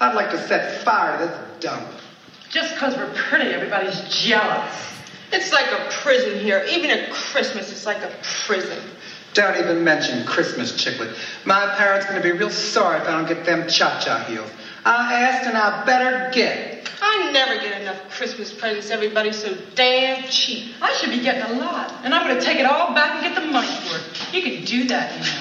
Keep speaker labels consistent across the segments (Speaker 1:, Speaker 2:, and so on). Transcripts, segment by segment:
Speaker 1: I'd like to set fire to this dump.
Speaker 2: Just 'cause we're pretty, everybody's jealous.
Speaker 3: It's like a prison here. Even at Christmas, it's like a prison.
Speaker 1: Don't even mention Christmas, Chicklet. My parents gonna be real sorry if I don't get them cha-cha heels. I asked and I better get.
Speaker 3: I never get enough Christmas presents. Everybody's so damn cheap.
Speaker 2: I should be getting a lot, and I'm gonna take it all back and get the money for it. You can do that, you know.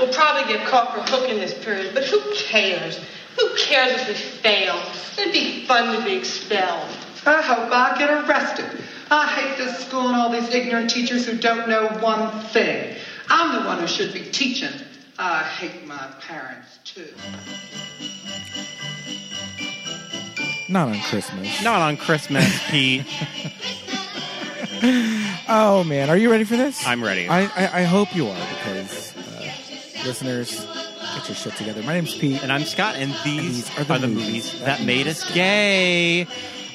Speaker 3: We'll probably get caught for hooking this period, but who cares? Who cares if we fail? It'd be fun to be expelled.
Speaker 1: I hope I get arrested. I hate this school and all these ignorant teachers who don't know one thing. I'm the one who should be teaching. I hate my parents too.
Speaker 4: Not on Christmas.
Speaker 5: Not on Christmas, Pete.
Speaker 4: Oh man, are you ready for this?
Speaker 5: I'm ready.
Speaker 4: I I, I hope you are because uh, listeners, get your shit together. My name's Pete.
Speaker 5: And I'm Scott, and these, are the, movies, that made us gay.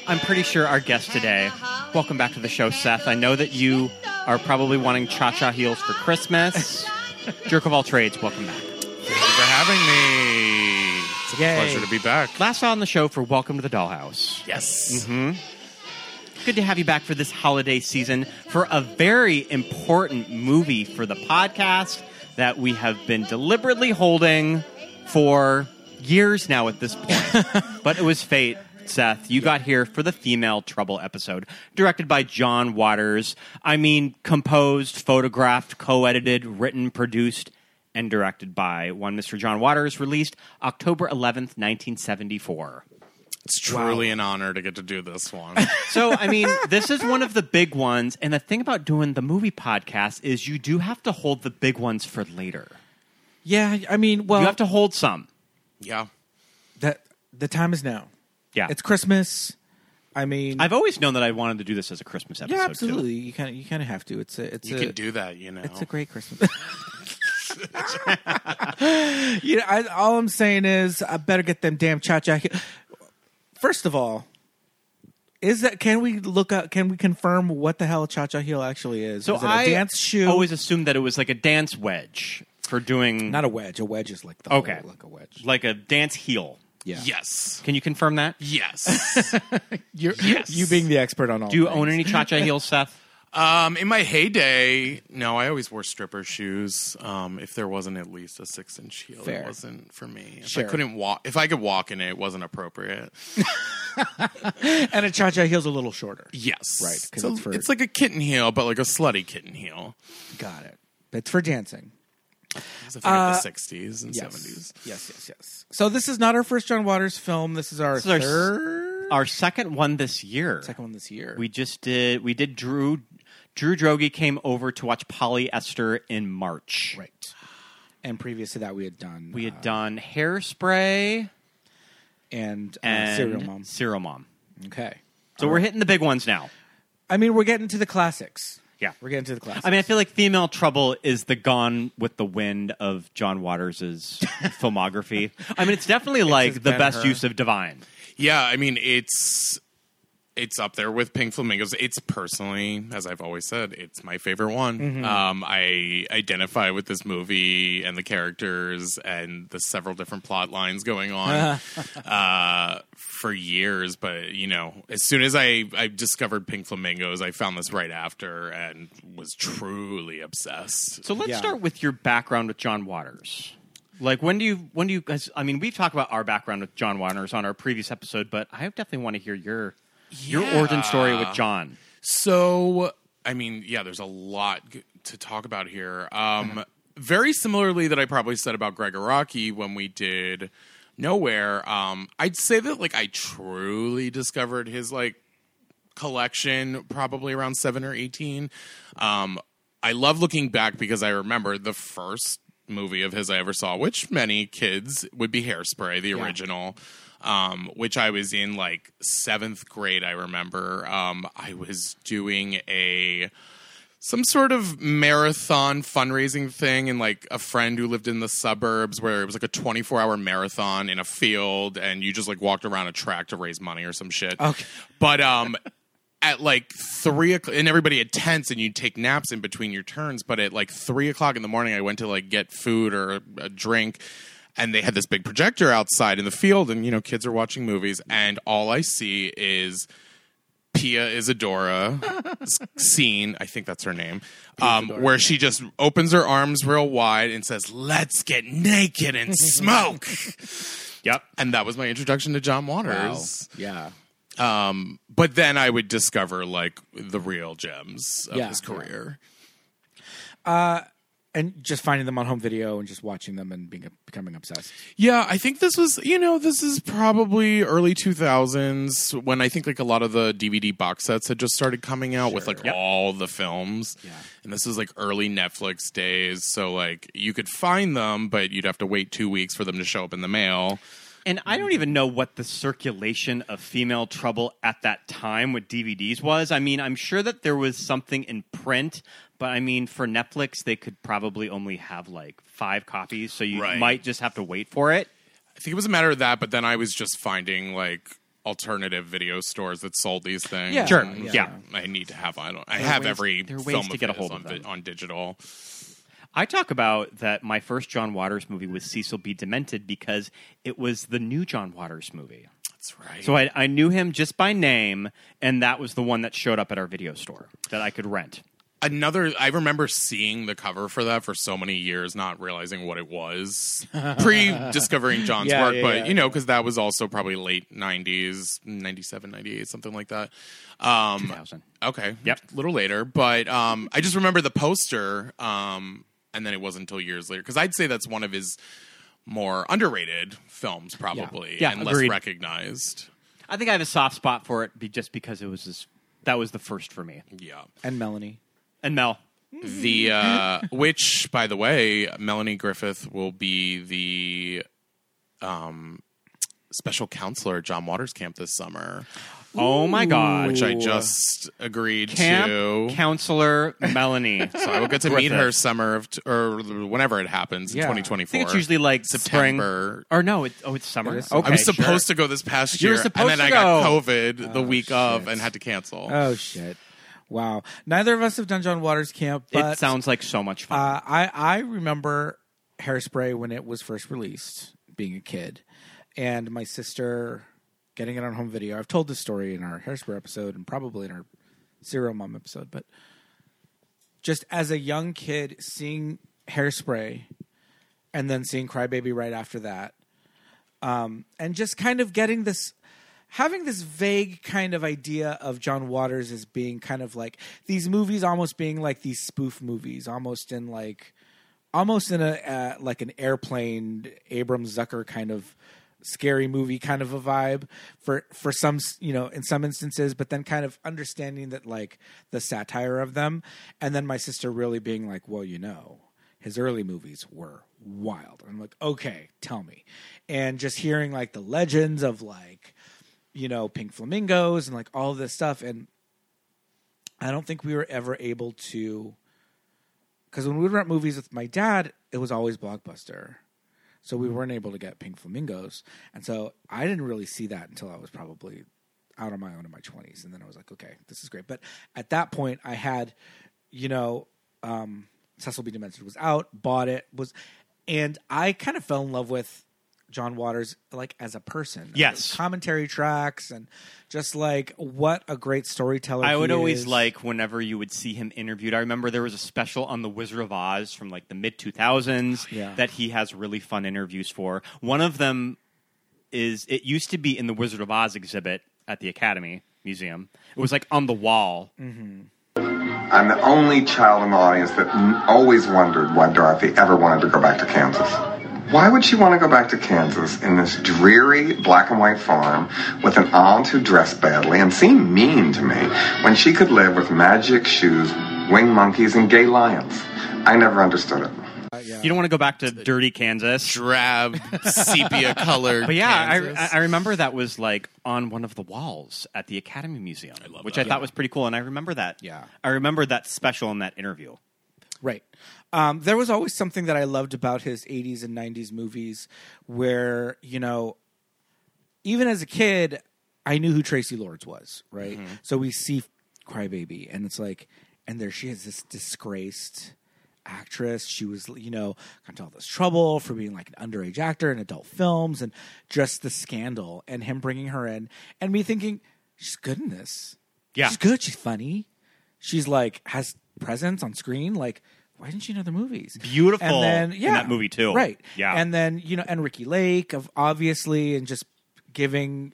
Speaker 5: I'm pretty sure our guest today. Welcome back to the show, Seth. I know that you are probably wanting cha cha heels for Christmas. Jerk of all trades, welcome back.
Speaker 6: Thank you for having me. It's a
Speaker 4: Yay.
Speaker 6: pleasure to be back.
Speaker 5: Last on the show for Welcome to the Dollhouse.
Speaker 6: Yes.
Speaker 5: Good to have you back for this holiday season for a very important movie for the podcast that we have been deliberately holding for years now at this point. but it was fate, Seth. You got here for the Female Trouble episode, directed by John Waters. I mean, composed, photographed, co edited, written, produced. And directed by one Mr. John Waters, released October 11th, 1974.
Speaker 6: It's truly an honor to get to do this one.
Speaker 5: So, I mean, this is one of the big ones. And the thing about doing the movie podcast is you do have to hold the big ones for later.
Speaker 4: Yeah, I mean, well,
Speaker 5: You have to hold some.
Speaker 6: yeah.
Speaker 4: that the time is now.
Speaker 5: Yeah.
Speaker 4: It's Christmas. I mean,
Speaker 5: I've always known that I wanted to do this as a Christmas episode.
Speaker 4: yeah,
Speaker 5: too.
Speaker 4: absolutely. You kind of you kind of have to. It's a it's
Speaker 6: You
Speaker 4: a
Speaker 6: can do that, you know.
Speaker 4: it's a great Christmas. you know, I, all I'm saying is I better get them damn cha cha. First of all, is that can we look up? Can we confirm what the hell cha cha heel actually is?
Speaker 5: So
Speaker 4: is it a
Speaker 5: I
Speaker 4: dance shoe?
Speaker 5: always assumed that it was like a dance wedge for doing
Speaker 4: not a wedge. A wedge is like the
Speaker 5: Okay.
Speaker 4: whole- like a wedge.
Speaker 5: like a dance heel.
Speaker 4: Yeah.
Speaker 6: Yes.
Speaker 5: Can you confirm that?
Speaker 6: Yes.
Speaker 4: You're,
Speaker 6: Yes.
Speaker 4: You being the expert on all.
Speaker 5: Do you
Speaker 4: things.
Speaker 5: own any cha cha heels, Seth?
Speaker 6: um, in my heyday, no, I always wore stripper shoes. Um, if there wasn't at least a six inch heel,
Speaker 4: Fair.
Speaker 6: it wasn't for me. If
Speaker 4: Sure.
Speaker 6: I couldn't walk, if I could walk in it, it wasn't appropriate.
Speaker 4: And a cha cha heel's a little shorter.
Speaker 6: Yes.
Speaker 4: Right, 'cause
Speaker 6: It's, a-
Speaker 4: it's for-
Speaker 6: it's like a kitten heel, but like a slutty kitten heel.
Speaker 4: Got it. It's for dancing.
Speaker 6: It's a thing of the 60s and 70s.
Speaker 4: Uh, Yes, yes, yes. So this is not our first John Waters film. This is our
Speaker 5: is our s-
Speaker 4: third
Speaker 5: Our second one this year.
Speaker 4: second one this year.
Speaker 5: We just did. We did. Drew Drew Drogi came over to watch Polyester in March.
Speaker 4: right. And previous to that, we had done
Speaker 5: We had
Speaker 4: uh,
Speaker 5: done hairspray
Speaker 4: and,
Speaker 5: and
Speaker 4: uh, Serial Mom.
Speaker 5: Serial Mom.
Speaker 4: Okay.
Speaker 5: So we're hitting the big ones now.
Speaker 4: I mean, we're getting to the classics.
Speaker 5: Yeah.
Speaker 4: we're getting to the classics.
Speaker 5: I mean, I feel like Female Trouble is the gone with the wind of John Waters' filmography. I mean, it's definitely like
Speaker 4: just
Speaker 5: the
Speaker 4: been
Speaker 5: best
Speaker 4: her.
Speaker 5: use of divine.
Speaker 6: Yeah, I mean it's it's up there with Pink Flamingos. It's personally, as I've always said, it's my favorite one. Um, I identify with this movie and the characters and the several different plot lines going on uh, for years. But you know, as soon as I I discovered Pink Flamingos, I found this right after and was truly obsessed.
Speaker 5: So let's
Speaker 4: Yeah.
Speaker 5: start with your background with John Waters. Like when do you when do you guys? I mean, we've talked about our background with John Waters on our previous episode, but I definitely want to hear your your origin story with John.
Speaker 6: So, I mean, yeah, there's a lot g- to talk about here. Um, very similarly, that I probably said about Gregoraki when we did Nowhere. Um, I'd say that like I truly discovered his like collection probably around seven or eighteen. Um, I love looking back because I remember the first movie of his I ever saw, which many kids would be Hairspray, the original. Um, which I was in like seventh grade. I remember um, I was doing a some sort of marathon fundraising thing and like a friend who lived in the suburbs where it was like a 24 hour marathon in a field and you just like walked around a track to raise money or some shit
Speaker 4: Okay.
Speaker 6: but um at like three o'clock and everybody had tents and you'd take naps in between your turns but at like three o'clock in the morning i went to like get food or a drink and they had this big projector outside in the field, and you know, kids are watching movies, and all I see is Pia Isadora s- scene. I think that's her name, um, where she just opens her arms real wide and says, "Let's get naked and smoke."
Speaker 5: Yep.
Speaker 6: and that was my introduction to John Waters.
Speaker 7: Yeah.
Speaker 6: But then I would discover like the real gems of
Speaker 7: Yeah.
Speaker 6: his career.
Speaker 4: and just finding them on home video and just watching them and being becoming obsessed.
Speaker 6: Yeah, I think this was, you know, this is probably early 2000s when I think like a lot of the DVD box sets had just started coming out with like all the films. Yeah. And this was like early Netflix days. So like you could find them, but you'd have to wait two weeks for them to show up in the mail.
Speaker 5: And I don't even know what the circulation of female trouble at that time with DVDs was. I mean, I'm sure that there was something in print, but I mean, for Netflix, they could probably only have like five copies, so you
Speaker 6: Right.
Speaker 5: might just have to wait for it.
Speaker 6: I think it was a matter of that, but then I was just finding like alternative video stores that sold these things.
Speaker 4: Yeah.
Speaker 5: Sure.
Speaker 6: And
Speaker 5: Yeah.
Speaker 6: I need to have I don't I have
Speaker 5: ways-
Speaker 6: every
Speaker 5: there
Speaker 6: film
Speaker 5: are ways to
Speaker 6: of
Speaker 5: get a
Speaker 6: his
Speaker 5: hold of
Speaker 6: on, vi-
Speaker 5: them.
Speaker 6: on digital.
Speaker 5: I talk about that my first John Waters movie was Cecil B. Demented because it was the new John Waters movie.
Speaker 6: That's right.
Speaker 5: So I, I knew him just by name, and that was the one that showed up at our video store that I could rent.
Speaker 6: another i remember seeing the cover for that for so many years not realizing what it was pre discovering john's
Speaker 7: Yeah,
Speaker 6: work
Speaker 7: yeah,
Speaker 6: but
Speaker 7: yeah.
Speaker 6: you know because that was also probably late 90s 97 98 something like that um
Speaker 5: 2000.
Speaker 6: okay
Speaker 5: Yep.
Speaker 6: a little later but um i just remember the poster um and then it wasn't until years later because i'd say that's one of his more underrated films probably
Speaker 5: Yeah,
Speaker 6: and
Speaker 5: agreed.
Speaker 6: less recognized
Speaker 5: I think I have a soft spot for it be just because it was this, that was the first for me.
Speaker 6: yeah
Speaker 4: And Melanie.
Speaker 5: And Mel,
Speaker 6: the uh, which by the way melanie griffith will be the um, special counselor at john waters camp this summer
Speaker 5: oh my god,
Speaker 6: which i just agreed
Speaker 5: camp
Speaker 6: to
Speaker 5: counselor Melanie.
Speaker 6: so i will get to meet her summer of t- or whenever it happens in
Speaker 4: Yeah.
Speaker 5: I
Speaker 6: 2024
Speaker 5: think it's usually like
Speaker 6: September.
Speaker 5: spring or no, it, oh it's summer.
Speaker 4: It is summer.
Speaker 5: okay,
Speaker 6: I was supposed
Speaker 5: sure.
Speaker 6: to go this past
Speaker 5: You were
Speaker 6: year, and
Speaker 5: supposed
Speaker 6: then
Speaker 5: to
Speaker 6: I got
Speaker 5: go. Oh, Uh,
Speaker 6: COVID the week of and had to cancel.
Speaker 4: Oh shit! Wow. Neither of us have done John Waters camp, but
Speaker 5: it sounds like so much fun.
Speaker 4: Uh, I I remember Hairspray when it was first released, being a kid, and my sister getting it on home video. I've told this story in our Hairspray episode and probably in our Serial Mom episode, but just as a young kid seeing Hairspray and then seeing Crybaby right after that, um, and just kind of getting this. Having this vague kind of idea of John Waters as being kind of like these movies, almost being like these spoof movies, almost in like, almost in a uh, like an airplane Abrams Zucker kind of scary movie kind of a vibe for for some s- you know in some instances, but then kind of understanding that like the satire of them, and then my sister really being like, well, you know, his early movies were wild. I'm like, okay, tell me. And just hearing like the legends of like, you know, pink flamingos and like all this stuff. And I don't think we were ever able to, because when we would rent movies with my dad, it was always Blockbuster. So we weren't able to get pink flamingos. And so I didn't really see that until I was probably out on my own in my 20s. And then I was like, okay, this is great. But at that point, I had, you know, um, Cecil B. Demented was out, bought it, was, and I kind of fell in love with John Waters like as a person.
Speaker 5: Yes.
Speaker 4: commentary tracks and just like what a great storyteller.
Speaker 6: Oh,
Speaker 5: I would
Speaker 4: he
Speaker 5: always
Speaker 4: is.
Speaker 5: like whenever you would see him interviewed. I remember there was a special on The Wizard of Oz from like the mid 2000s
Speaker 6: Oh,
Speaker 4: Yeah.
Speaker 5: that he has really fun interviews for. One of them is it used to be in the Wizard of Oz exhibit at the Academy Museum. It was like on the wall.
Speaker 8: I'm the only child in the audience that n- always wondered why Dorothy ever wanted to go back to Kansas. Why would she want to go back to Kansas in this dreary black and white farm with an aunt who dressed badly and seemed mean to me when she could live with magic shoes, winged monkeys, and gay lions? I never understood it.
Speaker 5: You don't want to go back to dirty Kansas.
Speaker 6: Drab, sepia colored.
Speaker 5: But yeah, I, I- I remember that was like on one of the walls at the Academy Museum, which I thought was pretty cool. And I remember that.
Speaker 4: Yeah.
Speaker 5: I remember that special and that interview.
Speaker 4: Right. Um, there was always something that I loved about his 80s and 90s movies where, you know, even as a kid, I knew who Tracy Lords was, right? So we see Crybaby, and it's like, and there she is, this disgraced actress. She was, you know, got into all this trouble for being like an underage actor in adult films and just the scandal and him bringing her in and me thinking, she's good in this.
Speaker 5: Yeah.
Speaker 4: She's good. She's funny. She's like, has presence on screen. Like, why didn't you know the movies?
Speaker 5: Beautiful
Speaker 4: And then,
Speaker 5: in
Speaker 4: yeah.
Speaker 5: that movie, too.
Speaker 4: Right.
Speaker 5: Yeah.
Speaker 4: And then, you know, and Ricky Lake, of obviously, and just giving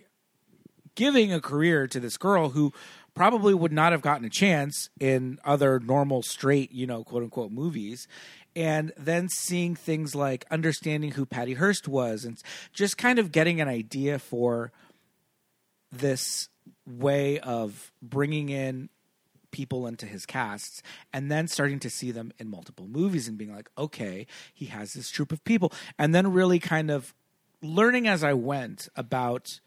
Speaker 4: giving a career to this girl who probably would not have gotten a chance in other normal straight you know quote unquote movies and then seeing things like understanding who patty hearst was and just kind of getting an idea for this way of bringing in people into his casts and then starting to see them in multiple movies and being like okay he has this troop of people and then really kind of learning as i went about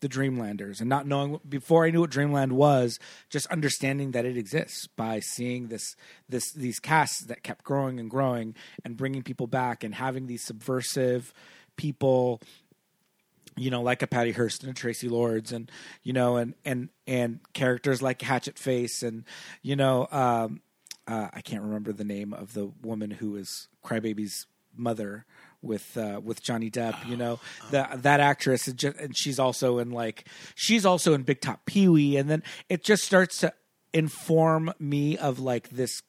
Speaker 4: the Dreamlanders and not knowing before I knew what Dreamland was, just understanding that it exists by seeing this this these casts that kept growing and growing and bringing people back and having these subversive people, you know, like a Patty Hearst and a Tracy Lords and you know and and and characters like Hatchet Face and you know um, uh, I can't remember the name of the woman who is Crybaby's mother with uh, with Johnny Depp. You know that that actress, is ju- and she's also in like she's also in Big Top Pee Wee, and then it just starts to inform me of like this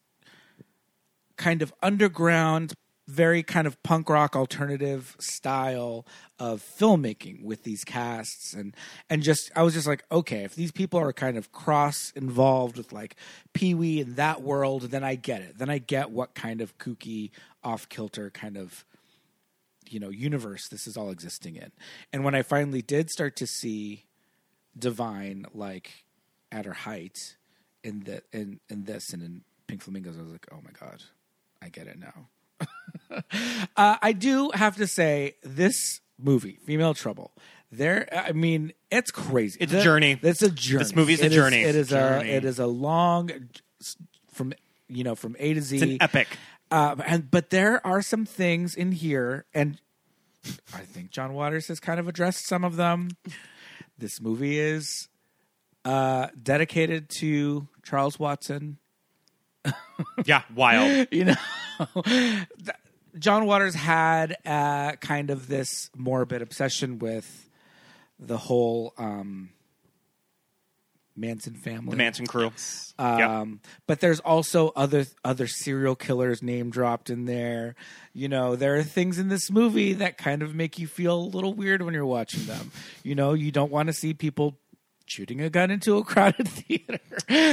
Speaker 4: kind of underground, very kind of punk rock alternative style of filmmaking with these casts and and just I was just like, okay, if these people are kind of cross involved with like Pee Wee and that world, then I get it. Then I get what kind of kooky, off kilter kind of you know universe this is all existing in. And when I finally did start to see divine like at her height in the in in this and in pink flamingos i was like oh my god i get it now uh, i do have to say this movie female trouble there i mean it's crazy
Speaker 5: It's a journey.
Speaker 4: it's a journey
Speaker 5: This movie's a
Speaker 4: It is-
Speaker 5: journey.
Speaker 4: it is
Speaker 6: Journey.
Speaker 4: a it is a long from you know from a to z
Speaker 5: It's an epic.
Speaker 4: uh, and but there are some things in here, and I think John Waters has kind of addressed some of them. This movie is uh, dedicated to Charles Watson.
Speaker 5: Yeah, wild.
Speaker 4: You know, Th- John Waters had uh, kind of this morbid obsession with the whole um, Manson family.
Speaker 5: The Manson crew. yeah.
Speaker 4: Um, But there's also other other serial killers name dropped in there. You know, there are things in this movie that kind of make you feel a little weird when you're watching them. You know, you don't want to see people shooting a gun into a crowded theater,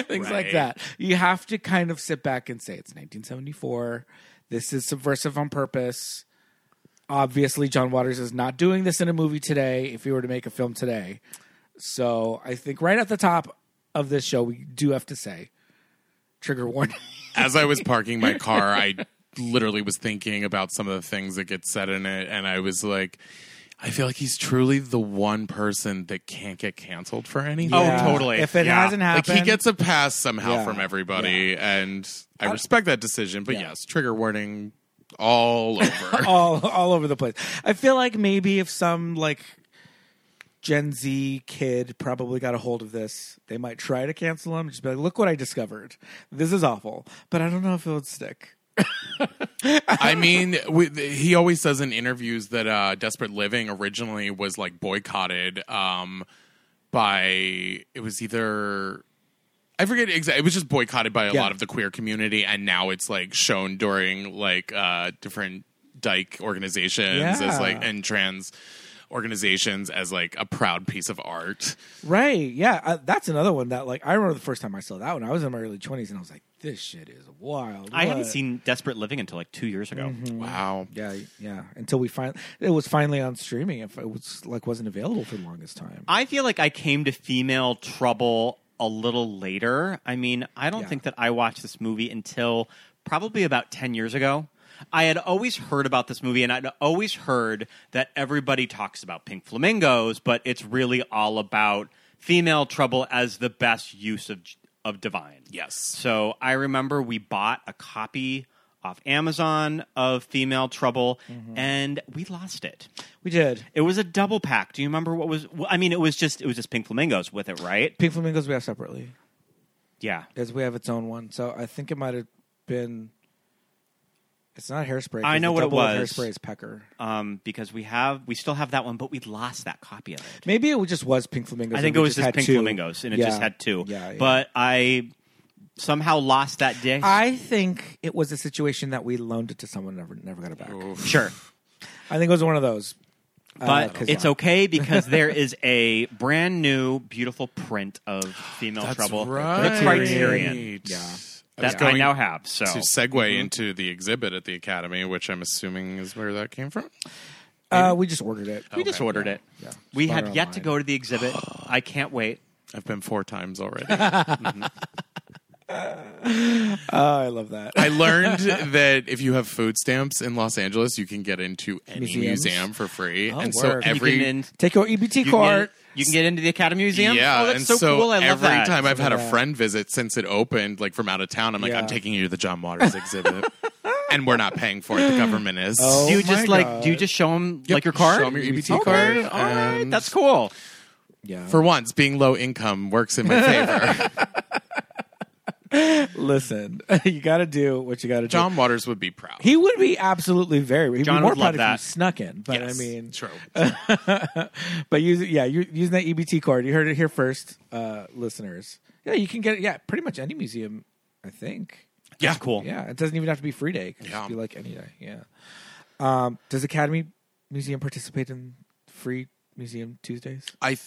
Speaker 4: things like
Speaker 6: Right.
Speaker 4: that. You have to kind of sit back and say it's 1974. This is subversive on purpose. Obviously, John Waters is not doing this in a movie today. If he were to make a film today, so I think right at the top of this show, we do have to say trigger warning.
Speaker 6: As I was parking my car, I literally was thinking about some of the things that get said in it, and I was like, I feel like he's truly the one person that can't get canceled for anything.
Speaker 5: Oh, totally.
Speaker 4: If it
Speaker 5: Yeah.
Speaker 4: hasn't
Speaker 6: Like
Speaker 4: happened,
Speaker 6: he gets a pass somehow
Speaker 4: Yeah,
Speaker 6: from everybody, and I respect that decision. But yes, trigger warning all over.
Speaker 4: all all over the place. I feel like maybe if some like Gen Z kid probably got a hold of this, they might try to cancel him. Just be like, look what I discovered. This is awful, but I don't know if it would stick.
Speaker 6: I mean, we, he always says in interviews that uh, Desperate Living originally was like boycotted um, by it was either I forget exactly. It was just boycotted by a
Speaker 4: Yeah.
Speaker 6: lot of the queer community, and now it's like shown during like uh, different dyke organizations
Speaker 4: Yeah.
Speaker 6: as like and trans organizations as like a proud piece of art.
Speaker 4: Right? Yeah, uh, that's another one that like I remember the first time I saw that one. I was in my early twenties and I was like, this shit is wild.
Speaker 5: I hadn't
Speaker 4: What? Mm-hmm.
Speaker 5: seen Desperate Living until like two years ago.
Speaker 6: Wow.
Speaker 4: Yeah, yeah. Until we finally, it was finally on streaming. If it was like wasn't available for the longest time.
Speaker 5: I feel like I came to female trouble a little later. I mean, I don't
Speaker 4: Yeah.
Speaker 5: think that I watched this movie until probably about 10 years ago. I had always heard about this movie, and I'd always heard that everybody talks about pink flamingos, but it's really all about female trouble as the best use of of divine.
Speaker 6: Yes.
Speaker 5: So I remember we bought a copy off Amazon of Female Trouble, and we lost it.
Speaker 4: We did.
Speaker 5: It was a double pack. Do you remember what was? well, I mean, it was just it was just pink flamingos with it, right?
Speaker 4: Pink Flamingos we have separately,
Speaker 5: Yeah.
Speaker 4: as we have its own one. So I think it might have been It's not hairspray. 'cause
Speaker 5: I know
Speaker 4: the
Speaker 5: what it
Speaker 4: double of
Speaker 5: was.
Speaker 4: Hairspray is pecker.
Speaker 5: um, because we have we still have that one, but we lost that copy of it.
Speaker 4: Maybe it just was Pink Flamingos.
Speaker 5: I think it
Speaker 4: and we
Speaker 5: was just
Speaker 4: had
Speaker 5: Pink
Speaker 4: two.
Speaker 5: Flamingos, and it just
Speaker 4: Yeah.
Speaker 5: had two.
Speaker 4: Yeah, yeah.
Speaker 5: But I somehow lost that disc.
Speaker 4: I think it was a situation that we loaned it to someone and never never got it back.
Speaker 5: sure,
Speaker 4: I think it was one of those.
Speaker 5: but
Speaker 4: 'cause
Speaker 5: it's
Speaker 4: why?
Speaker 5: okay because there is a brand new, beautiful print of Female
Speaker 6: That's
Speaker 5: Trouble.
Speaker 6: right.
Speaker 5: The Criterion
Speaker 4: Yeah.
Speaker 6: was
Speaker 5: that I
Speaker 6: going
Speaker 5: now have. Mm-hmm. So
Speaker 6: To segue into the exhibit at the Academy, which I'm assuming is where that came from.
Speaker 4: Uh, we just ordered it.
Speaker 5: we just ordered it. We
Speaker 4: Bought
Speaker 5: have
Speaker 4: it
Speaker 5: yet to
Speaker 4: online.
Speaker 5: go to the exhibit. I can't wait.
Speaker 6: I've been four times already.
Speaker 4: Oh, I love that.
Speaker 6: I learned that if you have food stamps in Los Angeles, you can get into any
Speaker 4: Museums.
Speaker 6: museum for free. and
Speaker 4: word.
Speaker 6: so
Speaker 4: You
Speaker 6: every
Speaker 5: you can, in-
Speaker 4: Take your EBT
Speaker 5: you, can
Speaker 4: card.
Speaker 5: get, you can get into the Academy Museum.
Speaker 6: Yeah,
Speaker 5: oh, that's so,
Speaker 6: and
Speaker 5: cool. I love
Speaker 6: every
Speaker 5: that.
Speaker 6: time I've had a friend visit since it opened, like from out of town, I'm like,
Speaker 4: Yeah.
Speaker 6: I'm taking you to the John Waters exhibit, and we're not paying for it. The government is.
Speaker 4: Oh.
Speaker 5: do you just
Speaker 4: my
Speaker 5: like
Speaker 4: God.
Speaker 5: do you just show them
Speaker 6: Yep,
Speaker 5: like your card?
Speaker 6: Show 'em your EBT
Speaker 5: Okay,
Speaker 6: card.
Speaker 5: all right,
Speaker 6: and
Speaker 5: that's cool.
Speaker 4: Yeah.
Speaker 6: for once being low income works in my favor.
Speaker 4: Listen, you got to do what you got to do.
Speaker 6: John Waters would be proud.
Speaker 4: He would be absolutely very. He'd
Speaker 5: John
Speaker 4: be more
Speaker 5: would
Speaker 4: proud
Speaker 5: love
Speaker 4: if you
Speaker 5: that.
Speaker 4: snuck in. But
Speaker 6: Yes,
Speaker 4: I mean, uh,
Speaker 6: true.
Speaker 4: but use yeah, you using that EBT card. You heard it here first, uh, listeners. Yeah, you can get it. Yeah, pretty much any museum, I think.
Speaker 6: yeah,
Speaker 5: Cool.
Speaker 4: Yeah, it doesn't even have to be free day. It can
Speaker 6: Yeah.
Speaker 4: just be like any day. Yeah. Um, does Academy Museum participate in free museum Tuesdays?
Speaker 6: I. th-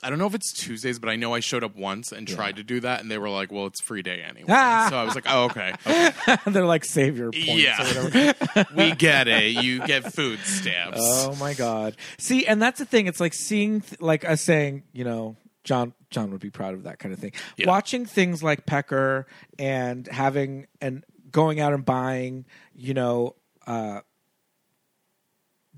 Speaker 6: I don't know if it's Tuesdays, but I know I showed up once and tried to do that, and they were like, "Well, it's free day anyway."
Speaker 4: Ah.
Speaker 6: So I was like, "Oh, okay, okay.
Speaker 4: They're like savior points
Speaker 6: Yeah.
Speaker 4: or whatever.
Speaker 6: we get it. You get food stamps."
Speaker 4: oh my god. See, and that's the thing. It's like seeing th- like us saying, you know, John John would be proud of that kind of thing.
Speaker 6: Yeah.
Speaker 4: Watching things like Pecker and having and going out and buying, you know, uh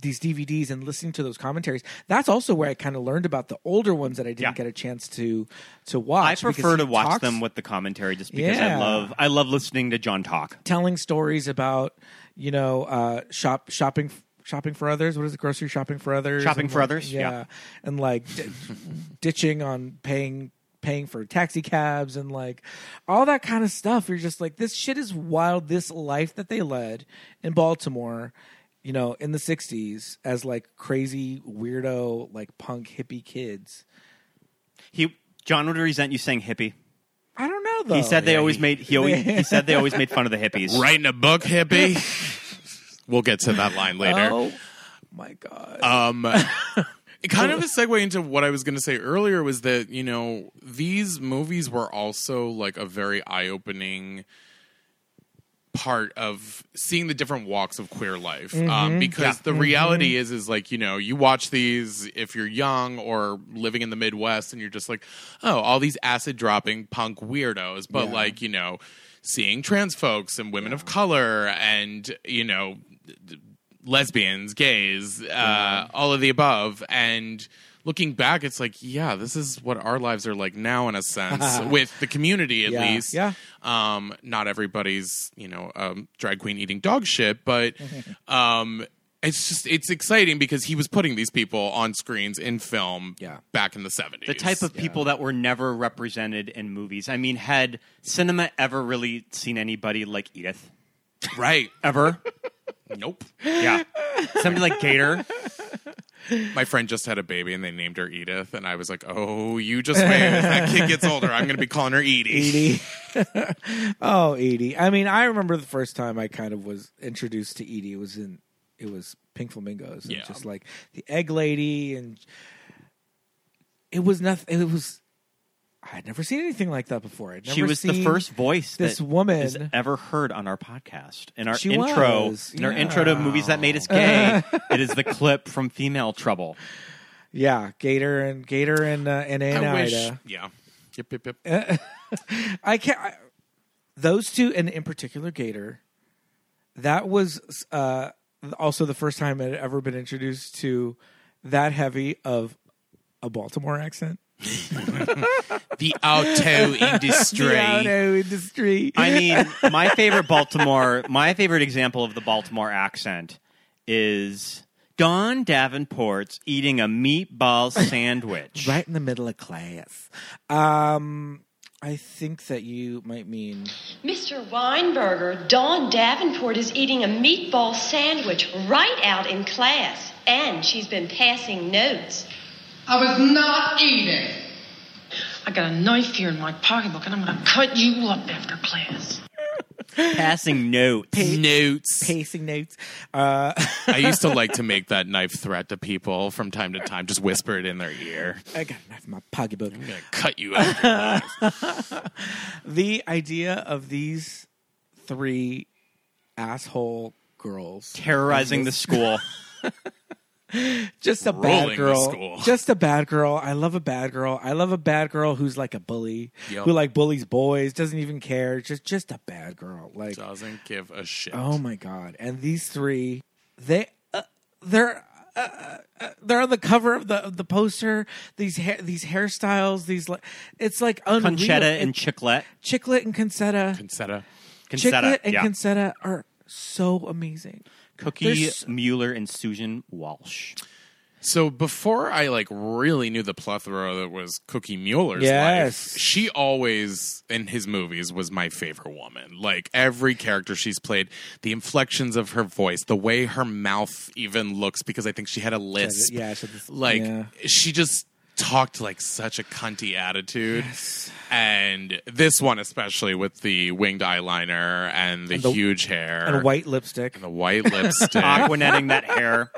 Speaker 4: these DVDs and listening to those commentaries. That's also where I kind of learned about the older ones that I didn't
Speaker 5: Yeah.
Speaker 4: get a chance to to
Speaker 5: I
Speaker 4: watch. because
Speaker 5: prefer to
Speaker 4: he
Speaker 5: watch
Speaker 4: talks-
Speaker 5: them with the commentary just because I
Speaker 4: Yeah.
Speaker 5: love I love listening to John talk.
Speaker 4: telling stories about you know uh shop shopping shopping for others what is it grocery shopping for others
Speaker 5: Shopping
Speaker 4: And,
Speaker 5: for
Speaker 4: like,
Speaker 5: others,
Speaker 4: yeah,
Speaker 5: yeah.
Speaker 4: and like d- ditching on paying paying for taxi cabs and like all that kind of stuff you're just like this shit is wild this life that they led in baltimore you know in the 60s as like crazy weirdo like punk hippie kids
Speaker 5: He John would resent you saying hippie.
Speaker 4: i don't know though
Speaker 5: He said they always made he always he said they always made fun of the hippies.
Speaker 6: Writing a book, hippie. we'll get to that line later.
Speaker 4: oh my god
Speaker 6: Um, kind of a segue into what I was going to say earlier was that, you know, these movies were also like a very eye opening part of seeing the different walks of queer life um, because the reality is is like you know you watch these if you're young or living in the midwest and you're just like oh all these acid dropping punk weirdos but like you know seeing trans folks and women of color and you know lesbians, gays, uh, all of the above. And looking back, it's like, yeah, this is what our lives are like now, in a sense, with the community at
Speaker 4: Yeah.
Speaker 6: least.
Speaker 4: Yeah.
Speaker 6: Um, not everybody's, you know, um, drag queen eating dog shit, but. Um, it's just it's exciting because he was putting these people on screens in film
Speaker 4: Yeah.
Speaker 6: back in the 70s.
Speaker 5: The type of people that were never represented in movies. I mean, had cinema ever really seen anybody like Edith?
Speaker 6: right.
Speaker 5: Ever?
Speaker 6: Nope.
Speaker 5: yeah. Somebody like Gator.
Speaker 6: My friend just had a baby and they named her Edith and I was like, "Oh, you just wait. As that kid gets older, I'm going to be calling her Edie."
Speaker 4: Edie. oh, Edie. I mean, I remember the first time I kind of was introduced to Edie was in it was Pink Flamingos and
Speaker 6: Yeah.
Speaker 4: just like the egg lady and it was nothing it was I'd never seen anything like that before. I'd never
Speaker 5: She was the
Speaker 4: seen-
Speaker 5: first voice
Speaker 4: this
Speaker 5: that
Speaker 4: woman-
Speaker 5: is ever heard on our podcast. In our
Speaker 4: She
Speaker 5: intro,
Speaker 4: was,
Speaker 5: in our
Speaker 4: yeah.
Speaker 5: intro to movies that made us gay, it is the clip from Female Trouble.
Speaker 4: Yeah, Gator and Gator and uh, and Ann
Speaker 6: I wish.
Speaker 4: Ida.
Speaker 6: Yeah. Yep, yep, yep.
Speaker 4: I can't. I, those two, and in particular, Gator. That was uh, also the first time I'd ever been introduced to that heavy of a Baltimore accent.
Speaker 6: the auto industry.
Speaker 4: Yeah, no, industry.
Speaker 5: I mean, my favorite Baltimore, my favorite example of the Baltimore accent is Don Davenport's eating a meatball sandwich.
Speaker 4: right in the middle of class. Um, I think that you might mean
Speaker 7: Mr. Weinberger, Dawn Davenport is eating a meatball sandwich right out in class, and she's been passing notes.
Speaker 1: I was not eating.
Speaker 2: I got a knife here in my pocketbook, and I'm gonna cut you up after class.
Speaker 5: Passing notes.
Speaker 6: Notes.
Speaker 4: pacing notes. Uh,
Speaker 6: I used to like to make that knife threat to people from time to time, just whisper it in their ear.
Speaker 4: I got a knife in my pocketbook.
Speaker 6: I'm gonna cut you up.
Speaker 4: The idea of these three asshole girls
Speaker 5: Terrorizing the school.
Speaker 4: just a
Speaker 6: Rolling
Speaker 4: bad
Speaker 6: to
Speaker 4: girl.
Speaker 6: school.
Speaker 4: Just a bad girl. I love a bad girl. I love a bad girl who's like a bully,
Speaker 6: Yep.
Speaker 4: who like bullies boys, doesn't even care. Just just a bad girl. Like
Speaker 6: Doesn't give a shit.
Speaker 4: oh my god. And these three, they uh, they're uh, uh, they're on the cover of the of the poster. These hair, these hairstyles, these like it's like unreal.
Speaker 5: Conchetta and
Speaker 4: It-
Speaker 5: Chiclet.
Speaker 4: Chiclet and Concetta,
Speaker 6: Concetta.
Speaker 5: Concetta.
Speaker 4: Chiclet and
Speaker 5: yeah.
Speaker 4: Concetta are so amazing.
Speaker 5: Cookie
Speaker 4: There's-
Speaker 5: Mueller and Susan Walsh.
Speaker 6: So before I like really knew the plethora that was Cookie Mueller's
Speaker 4: Yes.
Speaker 6: life, she always in his movies was my favorite woman. Like every character she's played, the inflections of her voice, the way her mouth even looks, because I think she had a lisp.
Speaker 4: yeah, she had this-
Speaker 6: like
Speaker 4: yeah.
Speaker 6: she just talked like such a cunty attitude. And this one especially with the winged eyeliner and the,
Speaker 4: the-
Speaker 6: huge hair
Speaker 4: And white lipstick.
Speaker 6: the white lipstick.
Speaker 5: Aquanetting that hair.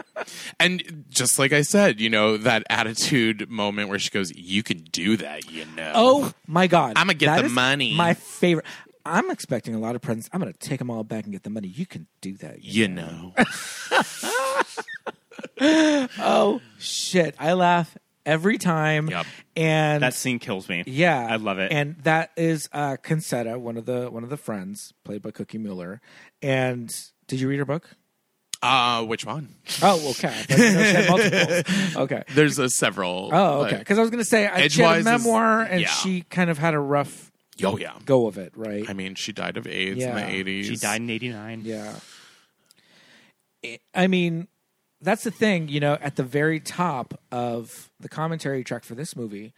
Speaker 6: And just like I said, you know, that attitude moment where she goes, You can do that, you know.
Speaker 4: Oh my god!
Speaker 6: I'ma get
Speaker 4: That
Speaker 6: the
Speaker 4: is
Speaker 6: money.
Speaker 4: My favorite. I'm expecting a lot of presents. I'm gonna take them all back and get the money. You can do that.
Speaker 6: You know.
Speaker 4: Oh shit! I laugh every time.
Speaker 6: Yep.
Speaker 4: And
Speaker 5: That scene kills me.
Speaker 4: yeah,
Speaker 5: I love it.
Speaker 4: And that is uh, Concetta, one of the one of the friends, played by Cookie Mueller. And did you read her book?
Speaker 6: Uh, which one?
Speaker 4: Oh, okay. I thought you know she had multiples. Okay.
Speaker 6: There's a several.
Speaker 4: Oh, okay.
Speaker 6: but-
Speaker 4: Because I was gonna say I she had a
Speaker 6: Edgewise is-
Speaker 4: memoir, and
Speaker 6: yeah.
Speaker 4: she kind of had a rough
Speaker 6: oh, yeah.
Speaker 4: go of it, right?
Speaker 6: I mean, she died of AIDS
Speaker 4: Yeah.
Speaker 6: in the 80s.
Speaker 5: She died in 89.
Speaker 4: Yeah. I- I mean, that's the thing, you know, at the very top of the commentary track for this movie,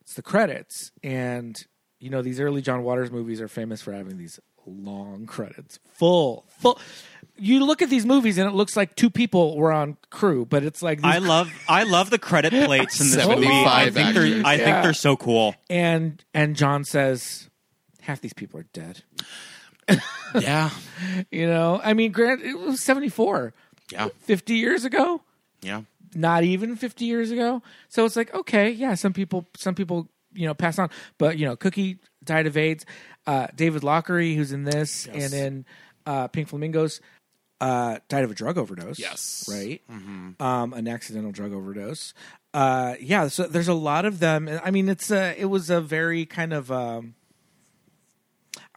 Speaker 4: it's the credits. And, you know, these early John Waters movies are famous for having these long credits, full, full. You look at these movies and it looks like two people were on crew, but it's like these
Speaker 5: I love I love the credit plates in this movie. I
Speaker 6: 75
Speaker 5: think they're I
Speaker 4: Yeah.
Speaker 5: think they're so cool.
Speaker 4: and and John says half these people are dead.
Speaker 6: Yeah.
Speaker 4: You know, I mean, Grant, it was 74,
Speaker 6: Yeah.
Speaker 4: 50 years ago.
Speaker 6: Yeah.
Speaker 4: not even 50 years ago. So it's like, okay, yeah, some people, some people, you know, pass on, but you know, Cookie died of AIDS. Uh, David Lockery, who's in this, and in uh, Pink Flamingos, uh, died of a drug overdose.
Speaker 6: Yes.
Speaker 4: right,
Speaker 5: Mm-hmm.
Speaker 4: um, an accidental drug overdose. Uh, yeah, so there's a lot of them. And, I mean, it's a, it was a very kind of. Um,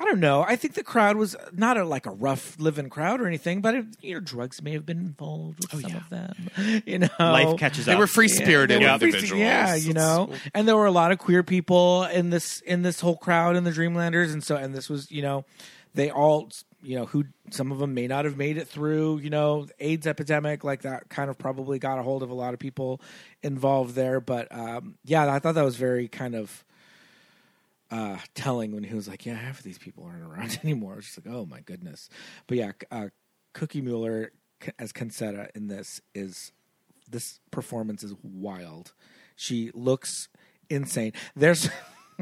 Speaker 4: I don't know. I think the crowd was not a, like a rough living crowd or anything, but it, you know, drugs may have been involved with some of them. You know,
Speaker 5: Oh, Life catches
Speaker 6: They
Speaker 5: up.
Speaker 6: were free spirited
Speaker 4: yeah, they were
Speaker 6: individuals.
Speaker 4: free- Yeah, you know, and there were a lot of queer people in this in this whole crowd in the Dreamlanders, and so and this was you know, they all you know who some of them may not have made it through you know the AIDS epidemic like that kind of probably got a hold of a lot of people involved there, but um, yeah, I thought that was very kind of. Uh, telling when he was like, "Yeah, half of these people aren't around anymore." I was just like, "Oh my goodness!" But yeah, uh, Cookie Mueller c- as Concetta in this is this performance is wild. She looks insane. There's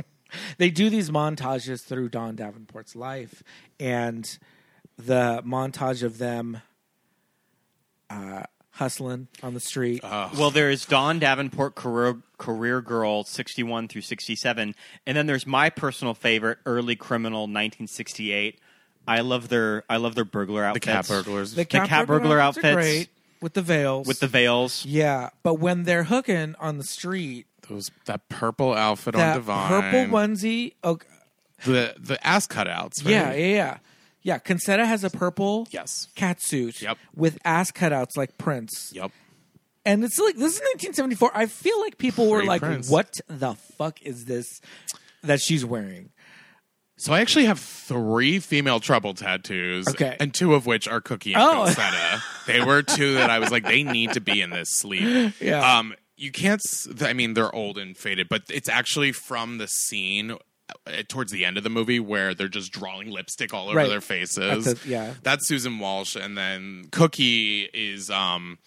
Speaker 4: they do these montages through Dawn Davenport's life and the montage of them uh hustling on the street.
Speaker 5: Well, there is Dawn Davenport career career girl 61 through 67 and then there's my personal favorite early criminal 1968. I love their I love their burglar outfits.
Speaker 6: cat burglars.
Speaker 5: The cat, burglar outfits,
Speaker 4: are great with the veils.
Speaker 5: with the veils.
Speaker 4: yeah, but when they're hooking on the street,
Speaker 6: Those, that purple outfit
Speaker 4: that
Speaker 6: on Divine.
Speaker 4: purple onesie. Oh,
Speaker 6: The, the ass cutouts. Right?
Speaker 4: yeah, yeah, yeah, yeah. Concetta has a purple
Speaker 6: Yes.
Speaker 4: cat suit
Speaker 6: Yep.
Speaker 4: with ass cutouts like Prince.
Speaker 6: Yep.
Speaker 4: And it's like this is 1974. I feel like people were
Speaker 6: Free
Speaker 4: like,
Speaker 6: Prince.
Speaker 4: "What the fuck is this that she's wearing?"
Speaker 6: So I actually have three female trouble tattoos,
Speaker 4: Okay.
Speaker 6: and two of which are Cookie and
Speaker 4: Oh.
Speaker 6: Concetta. they were two that I was like, they need to be in this sleeve.
Speaker 4: Yeah.
Speaker 6: Um, you can't. s- I mean, they're old and faded, but it's actually from the scene uh, towards the end of the movie where they're just drawing lipstick all over
Speaker 4: Right.
Speaker 6: their faces.
Speaker 4: At the- yeah.
Speaker 6: That's Susan Walsh. And then Cookie is um,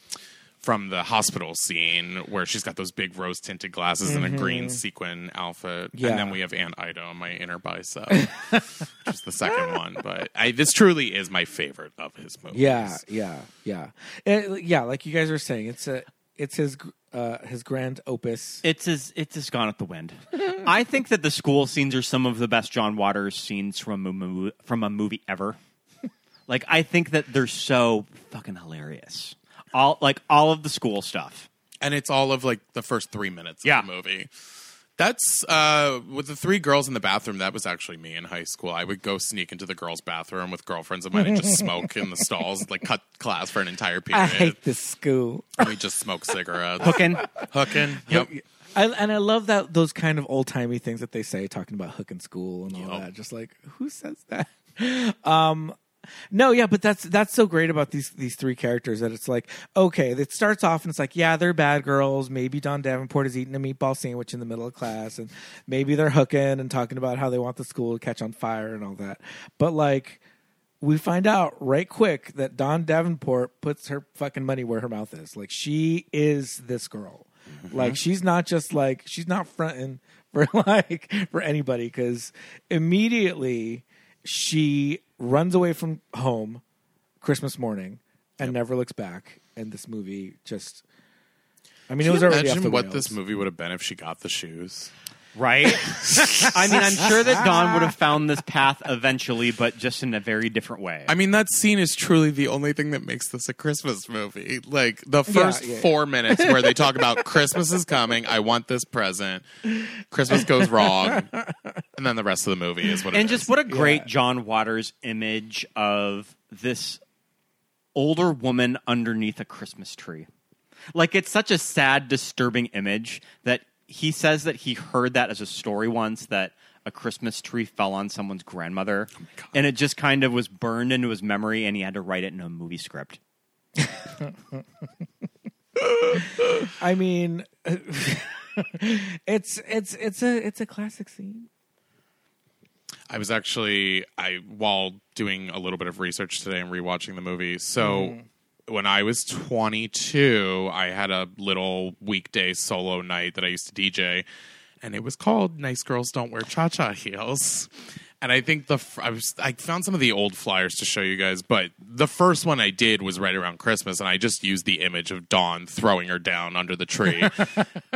Speaker 6: from the hospital scene where she's got those big rose tinted glasses and a green sequin outfit.
Speaker 4: Mm-hmm. Yeah.
Speaker 6: And then we have Aunt Ida on my inner bicep, which is the second one. But I, this truly is my favorite of his movies.
Speaker 4: Yeah, yeah, yeah, It- yeah. Like you guys were saying, it's a it's his gr- uh, his grand opus.
Speaker 5: It's as it's as gone with the wind. I think that the school scenes are some of the best John Waters scenes from a movie, from a movie ever. like I think that they're so fucking hilarious. All like all of the school stuff.
Speaker 6: and it's all of like the first three minutes
Speaker 5: Yeah.
Speaker 6: of the movie. That's uh, with the three girls in the bathroom. That was actually me in high school. I would go sneak into the girls' bathroom with girlfriends of mine and just smoke in the stalls, like cut class for an entire
Speaker 4: I
Speaker 6: period.
Speaker 4: hate this school.
Speaker 6: And we just smoke cigarettes,
Speaker 5: Hooking.
Speaker 6: hooking. Yep.
Speaker 4: I, and I love that those kind of old timey things that they say, talking about hook and school and all
Speaker 6: Yup.
Speaker 4: that. Just like who says that? Um, no, yeah, but that's that's so great about these these three characters that it's like okay, it starts off and it's like yeah, they're bad girls. Maybe Don Davenport is eating a meatball sandwich in the middle of class, and maybe they're hooking and talking about how they want the school to catch on fire and all that. But like. We find out right quick that Don Davenport puts her fucking money where her mouth is. Like she is this girl.
Speaker 6: Mm-hmm.
Speaker 4: Like she's not just like she's not fronting for like for anybody because immediately she runs away from home Christmas morning and never looks back. And this movie just, I mean, it was already off the
Speaker 6: Imagine what
Speaker 4: rails.
Speaker 6: this movie would have been if she got the shoes.
Speaker 5: Right? I mean, I'm sure that Don would have found this path eventually, but just in a very different way.
Speaker 6: I mean, that scene is truly the only thing that makes this a Christmas movie. Like the first
Speaker 4: yeah, yeah.
Speaker 6: four minutes where they talk about Christmas is coming, I want this present, Christmas goes wrong, and then the rest of the movie is what.
Speaker 5: and
Speaker 6: it is.
Speaker 5: just what a great John Waters image of this older woman underneath a Christmas tree. Like it's such a sad, disturbing image that he says that he heard that as a story once that a Christmas tree fell on someone's grandmother, and it just kind of was burned into his memory, and he had to write it in a movie script.
Speaker 4: I mean, it's it's it's a it's a classic scene.
Speaker 6: I was actually I while doing a little bit of research today and rewatching the movie. So when I was 22, I had a little weekday solo night that I used to DJ, and it was called "Nice Girls Don't Wear Cha Cha Heels." And I think the f- I, was, I found some of the old flyers to show you guys, but the first one I did was right around Christmas, and I just used the image of Dawn throwing her down under the tree,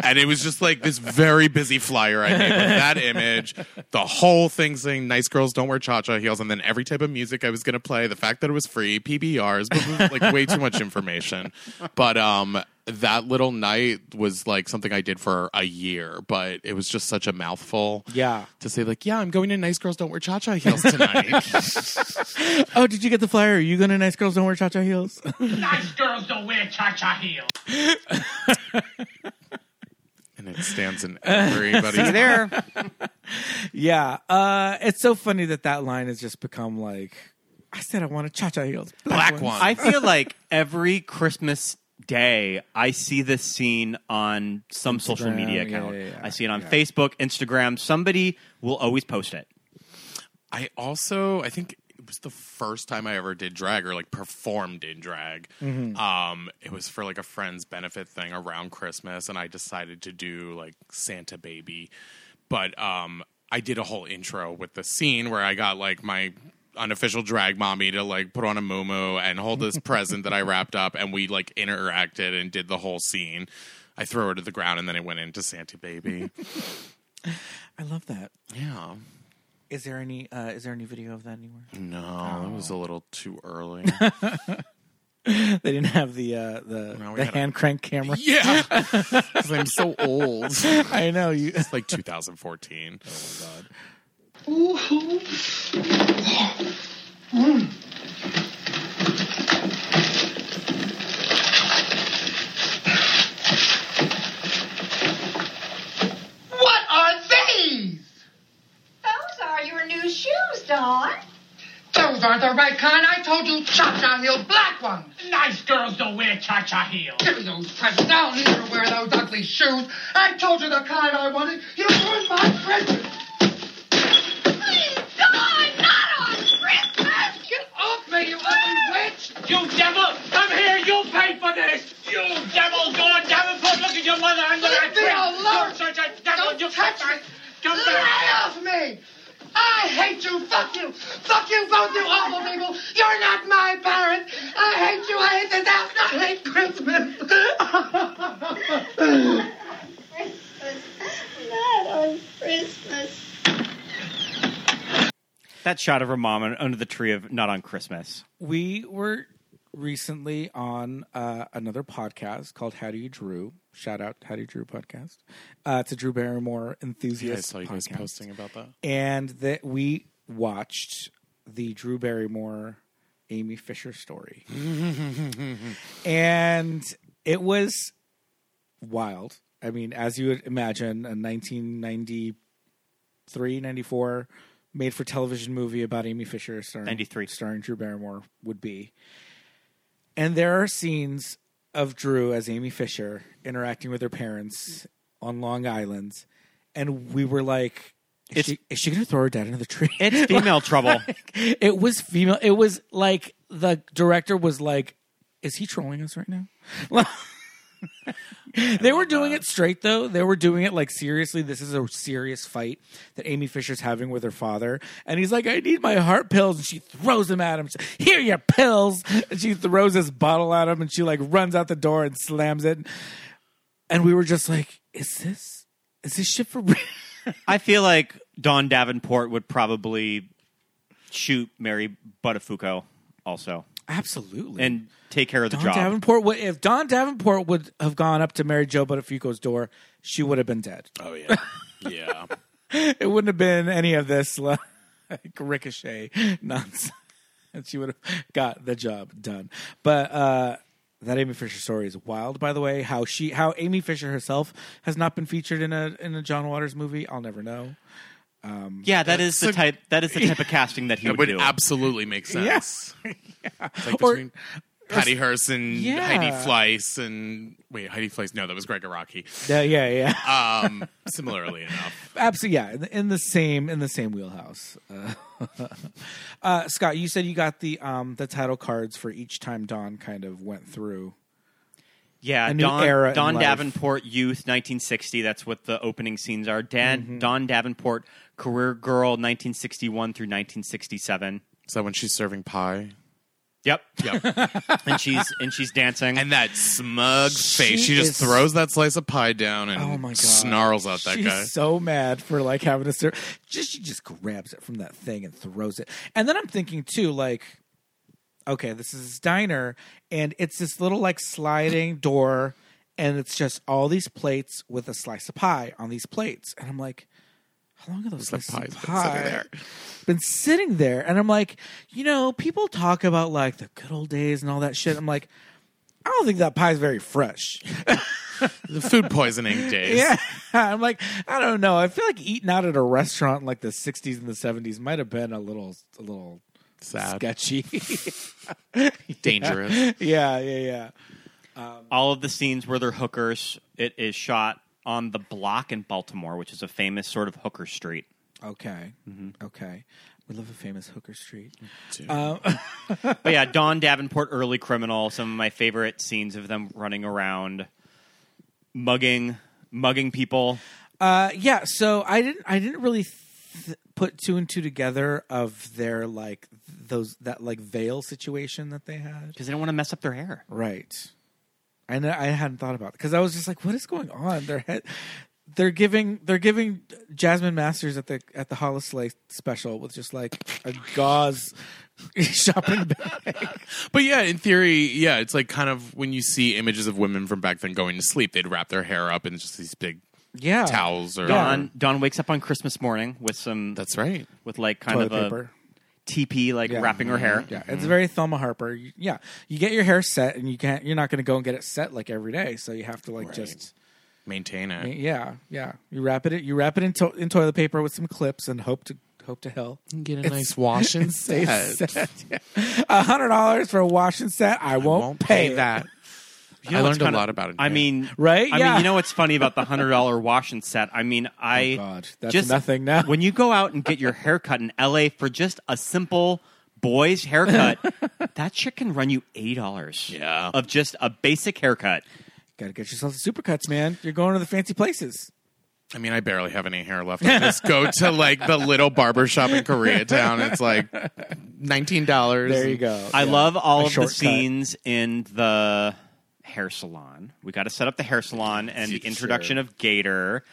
Speaker 6: and it was just like this very busy flyer I made with that image, the whole thing saying "Nice girls don't wear cha cha heels," and then every type of music I was gonna play, the fact that it was free, PBRs, but like way too much information. But um, that little night was like something I did for a year, but it was just such a mouthful.
Speaker 4: Yeah.
Speaker 6: To say like, yeah, I'm going to Nice Girls Don't Wear Cha Cha Heels tonight.
Speaker 4: Oh, did you get the flyer? Are you going to nice girls don't wear cha cha heels?
Speaker 9: Nice girls don't wear cha-cha heels.
Speaker 6: and it stands in everybody's See
Speaker 5: There.
Speaker 4: Yeah, uh, it's so funny that that line has just become like. I said I want a cha cha heels,
Speaker 6: black one.
Speaker 5: I feel like every Christmas day I see this scene on some social
Speaker 4: Instagram, yeah,
Speaker 5: media account.
Speaker 4: yeah, yeah.
Speaker 5: I see it on Facebook, Instagram. Somebody will always post it.
Speaker 6: I also I think it was the first time I ever did drag or like performed in drag. Um, it was for like a friend's benefit thing around Christmas, and I decided to do like Santa Baby, but um, I did a whole intro with the scene where I got like my unofficial drag mommy to like put on a muumuu and hold this present that I wrapped up, and we like interacted and did the whole scene. I threw her to the ground, and then it went into Santa Baby.
Speaker 4: I love that.
Speaker 6: yeah.
Speaker 4: Is there any uh, is there any video of that anywhere?
Speaker 6: No, that was a little too early.
Speaker 4: they didn't have the uh, the,
Speaker 6: No, we
Speaker 4: the
Speaker 6: had a-
Speaker 4: hand crank camera.
Speaker 6: Yeah, because I'm so old. It's
Speaker 4: I know you.
Speaker 6: like 2014.
Speaker 1: Ooh.
Speaker 9: What are these?
Speaker 10: Those are your new shoes, Don.
Speaker 1: Those aren't the right kind. I told you cha-cha heels, black ones.
Speaker 9: Nice girls don't wear cha-cha heels.
Speaker 1: Give me those presents. I don't need you to wear those ugly shoes. I told you the kind I wanted. You ruined my present.
Speaker 9: treacherous. Lay off me! I hate you! Fuck you! Fuck you both, you awful people! You're not my parents! I hate you! I hate this house! I hate Christmas!
Speaker 10: Not on Christmas.
Speaker 5: That shot of her mom un- under the tree of Not on Christmas.
Speaker 4: we were recently on uh, another podcast called How Do You Drew? Shout out How Do You Drew podcast. Uh, it's a Drew Barrymore enthusiast.
Speaker 6: I saw you guys
Speaker 4: podcast.
Speaker 6: posting about that.
Speaker 4: and that we watched the Drew Barrymore Amy Fisher story. and it was wild. I mean, as you would imagine, a 1993, 94 made for television movie about Amy Fisher starring
Speaker 5: 93.
Speaker 4: starring Drew Barrymore would be. And there are scenes of Drew as Amy Fisher interacting with her parents on Long Island and we were like is
Speaker 5: It's-
Speaker 4: she, is she gonna throw her dad into the tree?
Speaker 5: It's female trouble.
Speaker 4: it was female. It was like the director was like, "Is he trolling us right now?" they were doing it straight though. They were doing it like seriously. This is a serious fight that Amy Fisher's having with her father, and he's like, "I need my heart pills," and she throws them at him. She- Here, are your pills. And she throws this bottle at him, and she like runs out the door and slams it. And we were just like, "Is this is this shit for real?"
Speaker 5: I feel like Don Davenport would probably shoot Mary Buttafuoco also
Speaker 4: Absolutely.
Speaker 5: and take care of the
Speaker 4: Don
Speaker 5: job.
Speaker 4: Davenport would if Don Davenport would have gone up to Mary Jo Buttafuoco's door, she would have been dead.
Speaker 6: Oh yeah, yeah.
Speaker 4: It wouldn't have been any of this like ricochet nonsense. And she would have got the job done. But uh that Amy Fisher story is wild, by the way. How she how Amy Fisher herself has not been featured in a in a John Waters movie, I'll never know.
Speaker 5: yeah, that is the type. That is the type of casting that he
Speaker 6: It
Speaker 5: would,
Speaker 6: would
Speaker 5: do.
Speaker 6: absolutely make sense.
Speaker 4: Yes.
Speaker 6: It's like
Speaker 4: Or-
Speaker 6: between Patty Hearst and
Speaker 4: Yeah.
Speaker 6: Heidi Fleiss and wait, Heidi Fleiss. No, that was Gregor Rocky.
Speaker 4: Yeah, yeah, yeah.
Speaker 6: Um, similarly enough,
Speaker 4: Absolutely, yeah. In the, in the same in the same wheelhouse. Uh, uh, Scott, you said you got the um, the title cards for each time Don kind of went through.
Speaker 5: Yeah,
Speaker 4: A new
Speaker 5: Don,
Speaker 4: era in
Speaker 5: Don
Speaker 4: life.
Speaker 5: Davenport, Youth, 1960. That's what the opening scenes are. Dan,
Speaker 4: Mm-hmm.
Speaker 5: Don Davenport, Career Girl, 1961 through 1967.
Speaker 6: is that when she's serving pie?
Speaker 5: Yep,
Speaker 6: Yep.
Speaker 5: and she's and she's dancing.
Speaker 6: and that smug face.
Speaker 4: She
Speaker 6: She just
Speaker 4: is-
Speaker 6: throws that slice of pie down and
Speaker 4: Oh my god!
Speaker 6: snarls out that
Speaker 4: She's
Speaker 6: guy.
Speaker 4: so mad for like having to serve. Just she just grabs it from that thing and throws it. And then I'm thinking too, like, okay, this is this diner, and it's this little like sliding door, and it's just all these plates with a slice of pie on these plates, and I'm like. How long are those
Speaker 6: The
Speaker 4: slices of
Speaker 6: pie's been
Speaker 4: pie-
Speaker 6: sitting there.
Speaker 4: been sitting there and I'm like, you know, people talk about like the good old days and all that shit. I'm like, I don't think that pie's very fresh.
Speaker 6: The food poisoning days.
Speaker 4: yeah. I'm like, I don't know. I feel like eating out at a restaurant in like the 60s and the 70s might have been a little a little
Speaker 6: Sad.
Speaker 4: sketchy.
Speaker 6: Dangerous.
Speaker 4: yeah, yeah, yeah.
Speaker 5: All of the scenes where they're hookers. It is shot on the block in Baltimore, which is a famous sort of hooker street.
Speaker 4: Okay. Okay. We love a famous hooker street.
Speaker 5: But yeah, Don Davenport, early criminal. Some of my favorite scenes of them running around, mugging, mugging people.
Speaker 4: Uh, yeah. So I didn't. I didn't really th- put two and two together of their like those that like veil situation that they had.
Speaker 5: because they don't want to mess up their hair.
Speaker 4: Right. I know, I hadn't thought about it because I was just like, what is going on? Their head. They're giving they're giving Jasmine Masters at the at the Hollis Lake special with just like a gauze shopping bag.
Speaker 6: But yeah, in theory, yeah, it's like kind of when you see images of women from back then going to sleep, they'd wrap their hair up in just these big
Speaker 4: Yeah,
Speaker 6: towels or
Speaker 5: Don Don wakes up on Christmas morning with some
Speaker 6: That's right.
Speaker 5: with like kind
Speaker 4: toilet
Speaker 5: of a Mm-hmm.
Speaker 4: paper.
Speaker 5: teepee like
Speaker 4: Yeah.
Speaker 5: wrapping her hair.
Speaker 4: Yeah, it's very Thelma Harper. You- Yeah, you get your hair set, and you can't. You're not going to go and get it set like every day, so you have to like just
Speaker 6: Maintain it.
Speaker 4: Yeah, yeah. You wrap it. You wrap it in, to- in toilet paper with some clips and hope to hope to hell.
Speaker 6: Get a nice wash and
Speaker 4: Safe set. A hundred dollars for a wash and set. I won't,
Speaker 6: won't
Speaker 4: pay,
Speaker 6: pay
Speaker 4: that.
Speaker 5: You know
Speaker 6: I
Speaker 5: what's
Speaker 6: learned a
Speaker 5: kinda-
Speaker 6: lot about it.
Speaker 5: I mean,
Speaker 4: Right?
Speaker 5: I
Speaker 4: Yeah. Oh,
Speaker 5: mean, you know what's funny about the hundred dollar wash and set? I mean, I
Speaker 4: God, that's
Speaker 5: just
Speaker 4: nothing now.
Speaker 5: When you go out and get your hair cut in L.A. for just a simple boy's haircut, that shit can run you eight dollars.
Speaker 6: Yeah.
Speaker 5: of just a basic haircut.
Speaker 4: Got to get yourself the supercuts, man. You're going to the fancy places.
Speaker 6: I mean, I barely have any hair left on this. Go to like the little barber shop in Koreatown. It's like nineteen dollars.
Speaker 4: There you go.
Speaker 5: I
Speaker 4: Yeah.
Speaker 5: love all
Speaker 4: A
Speaker 5: of
Speaker 4: shortcut.
Speaker 5: the scenes in the hair salon. We got to set up the hair salon and the introduction of Gator.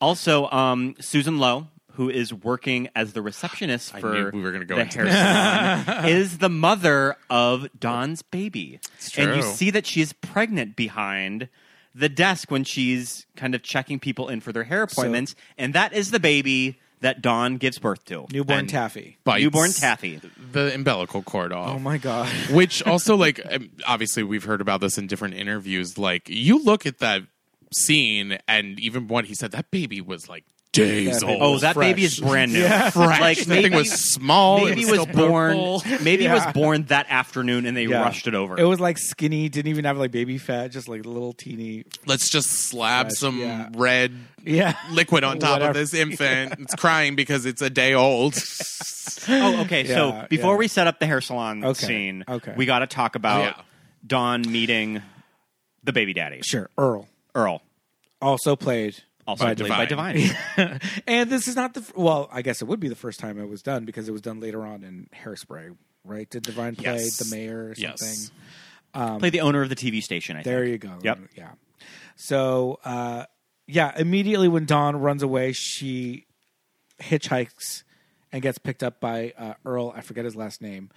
Speaker 5: Also, um, Susan Lowe, who is working as the receptionist
Speaker 6: I
Speaker 5: for
Speaker 6: knew we were gonna go
Speaker 5: the
Speaker 6: into
Speaker 5: hair salon, is the mother of Don's baby. And you
Speaker 6: true.
Speaker 5: see that she is pregnant behind the desk when she's kind of checking people in for their hair appointments, and that is the baby that Don gives birth to.
Speaker 4: Newborn
Speaker 6: And-
Speaker 4: taffy.
Speaker 6: Bites
Speaker 5: Newborn Taffy.
Speaker 6: the umbilical cord off.
Speaker 4: Oh my god.
Speaker 6: Which also, like, um, obviously, we've heard about this in different interviews. Like, you look at that scene, and even what he said, that baby was like days
Speaker 4: That baby
Speaker 6: old.
Speaker 5: Oh, that
Speaker 4: fresh.
Speaker 5: baby is brand new.
Speaker 6: fresh.
Speaker 5: Like
Speaker 6: that
Speaker 5: maybe,
Speaker 6: thing was small.
Speaker 5: Oh, maybe
Speaker 6: it
Speaker 5: was born. Maybe
Speaker 4: Yeah.
Speaker 5: was born that afternoon, and they
Speaker 4: Yeah.
Speaker 5: rushed it over.
Speaker 4: It was like skinny, didn't even have like baby fat, just like little teeny.
Speaker 6: Let's just slab
Speaker 4: Fresh,
Speaker 6: some
Speaker 4: yeah.
Speaker 6: red
Speaker 4: Yeah.
Speaker 6: liquid on top
Speaker 4: Whatever.
Speaker 6: of this infant. It's crying because it's a day old.
Speaker 5: oh, okay.
Speaker 4: Yeah,
Speaker 5: so before
Speaker 4: yeah.
Speaker 5: we set up the hair salon
Speaker 4: Okay,
Speaker 5: scene,
Speaker 4: okay.
Speaker 5: we got to talk about
Speaker 6: Yeah.
Speaker 5: Don meeting the baby daddy,
Speaker 4: Sure. Earl
Speaker 5: Earl,
Speaker 4: also played.
Speaker 5: also
Speaker 4: by
Speaker 5: played by
Speaker 6: Divine.
Speaker 5: Divine.
Speaker 4: and this is not the f- well. I guess it would be the first time it was done because it was done later on in Hairspray, right? Did Divine play
Speaker 6: Yes.
Speaker 4: the mayor or
Speaker 6: Yes.
Speaker 4: something?
Speaker 5: Played the owner of the TV station. I
Speaker 4: Um, There
Speaker 5: think.
Speaker 4: you go.
Speaker 5: Yep.
Speaker 4: Yeah. So, uh, yeah, immediately when Dawn runs away, she hitchhikes and gets picked up by uh, Earl. I forget his last name,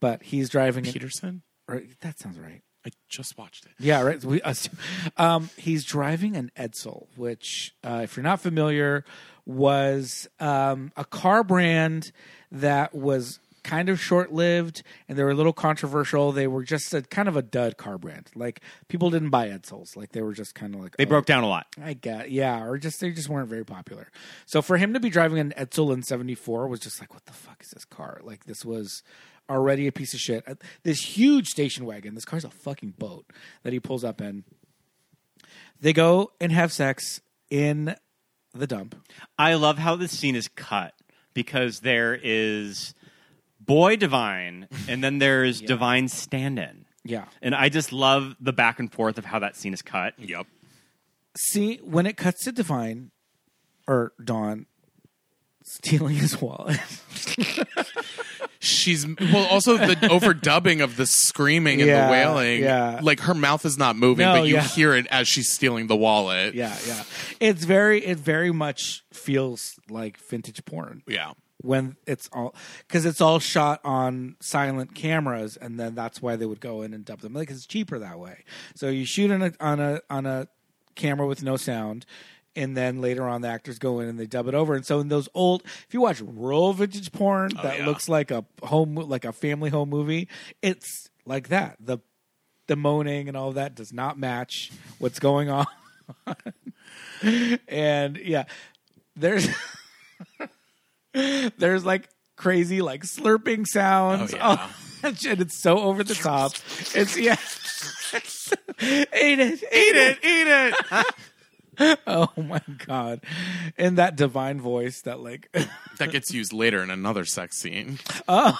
Speaker 4: but he's driving. an-
Speaker 6: Peterson?
Speaker 4: or- that sounds right.
Speaker 6: I just watched it.
Speaker 4: Yeah, right. We, us, um, he's driving an Edsel, which, uh, if you're not familiar, was um, a car brand that was kind of short lived and they were a little controversial. They were just a kind of a dud car brand. Like people didn't buy Edsels. Like they were just kind of like
Speaker 5: They broke down a lot.
Speaker 4: I get yeah, or just they just weren't very popular. So for him to be driving an Edsel in '74 was just like, what the fuck is this car? Like this was already a piece of shit. Uh, This huge station wagon. This car's a fucking boat that he pulls up in. They go and have sex in the dump.
Speaker 5: I love how this scene is cut because there is boy Divine, and then there's Divine stand-in.
Speaker 4: Yeah.
Speaker 5: And I just love the back and forth of how that scene is cut.
Speaker 6: Yep.
Speaker 4: See when it cuts to Divine or Dawn stealing his wallet.
Speaker 6: She's well. Also, the overdubbing of the screaming and
Speaker 4: Yeah,
Speaker 6: the wailing.
Speaker 4: yeah.
Speaker 6: Like her mouth is not moving,
Speaker 4: No,
Speaker 6: but you
Speaker 4: yeah.
Speaker 6: hear it as she's stealing the wallet.
Speaker 4: yeah, yeah. It's very it very much feels like vintage porn.
Speaker 6: Yeah.
Speaker 4: when it's all because it's all shot on silent cameras, and then that's why they would go in and dub them. Like it's cheaper that way. So you shoot on a on a on a camera with no sound, and then later on the actors go in and they dub it over. And so in those old, if you watch rural vintage porn that
Speaker 6: yeah.
Speaker 4: looks like a home like a family home movie, it's like that. The the moaning and all that does not match what's going on. and yeah, there's there's like crazy like slurping sounds.
Speaker 6: Oh, yeah.
Speaker 4: and shit, it's so over the top. It's yeah. eat it, eat it, eat it. oh my god. And that divine voice that like
Speaker 6: That gets used later in another sex scene. Oh.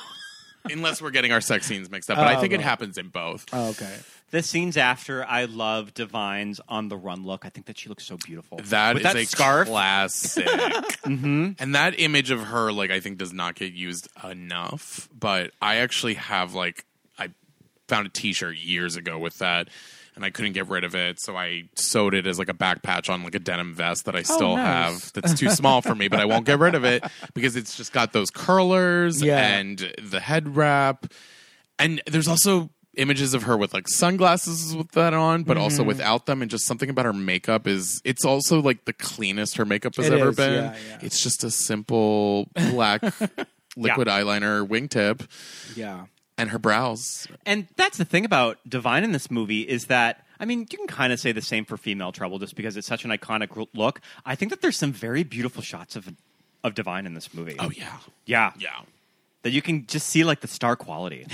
Speaker 6: Unless we're getting our sex scenes mixed up, but I think
Speaker 4: Um,
Speaker 6: it happens in both.
Speaker 4: okay.
Speaker 5: The scenes after, I love Divine's on the run look. I think that she looks so beautiful.
Speaker 6: That
Speaker 5: With
Speaker 6: is
Speaker 5: that
Speaker 6: a
Speaker 5: scarf.
Speaker 6: classic.
Speaker 4: Mm-hmm.
Speaker 6: And that image of her, like, I think does not get used enough. But I actually have, like, I found a t shirt years ago with that. And I couldn't get rid of it, so I sewed it as like a back patch on like a denim vest that I still
Speaker 4: Oh, nice.
Speaker 6: have. That's too small for me, but I won't get rid of it because it's just got those curlers
Speaker 4: Yeah.
Speaker 6: and the head wrap. And there's also images of her with like sunglasses with that on, but also
Speaker 4: Mm-hmm.
Speaker 6: without them. And just something about her makeup is it's also like the cleanest her makeup has
Speaker 4: It
Speaker 6: ever
Speaker 4: is,
Speaker 6: been.
Speaker 4: yeah, yeah.
Speaker 6: It's just a simple black liquid eyeliner wingtip
Speaker 4: Yeah.
Speaker 6: and her brows.
Speaker 5: And that's the thing about Divine in this movie is that I mean, you can kind of say the same for Female Trouble just because it's such an iconic r- look. I think that there's some very beautiful shots of of Divine in this movie.
Speaker 6: Oh, yeah.
Speaker 5: yeah,
Speaker 6: Yeah.
Speaker 5: That you can just see like the star quality.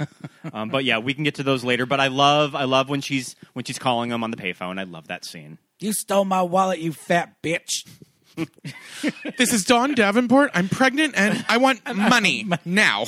Speaker 5: um, but yeah, we can get to those later. But I love, I love when she's when she's calling him on the payphone. I love that scene.
Speaker 4: You stole my wallet, you fat bitch.
Speaker 6: This is Dawn Davenport. I'm pregnant and I want money now.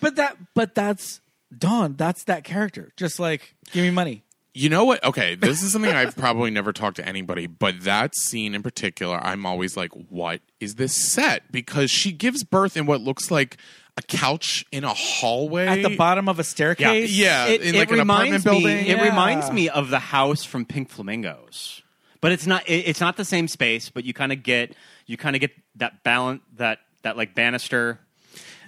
Speaker 4: But that but that's Dawn, that's that character. Just like give me money.
Speaker 6: You know what? Okay, this is something I've probably never talked to anybody, but that scene in particular, I'm always like, what is this set? Because she gives birth in what looks like a couch in a hallway.
Speaker 4: At the bottom of a staircase.
Speaker 6: Yeah,
Speaker 5: It,
Speaker 6: in
Speaker 5: it
Speaker 6: like an
Speaker 5: reminds
Speaker 6: apartment building.
Speaker 5: me. It
Speaker 4: Yeah.
Speaker 5: reminds me of the house from Pink Flamingos, but it's not. It, it's not the same space. But you kind of get you kind of get that balance that that like banister.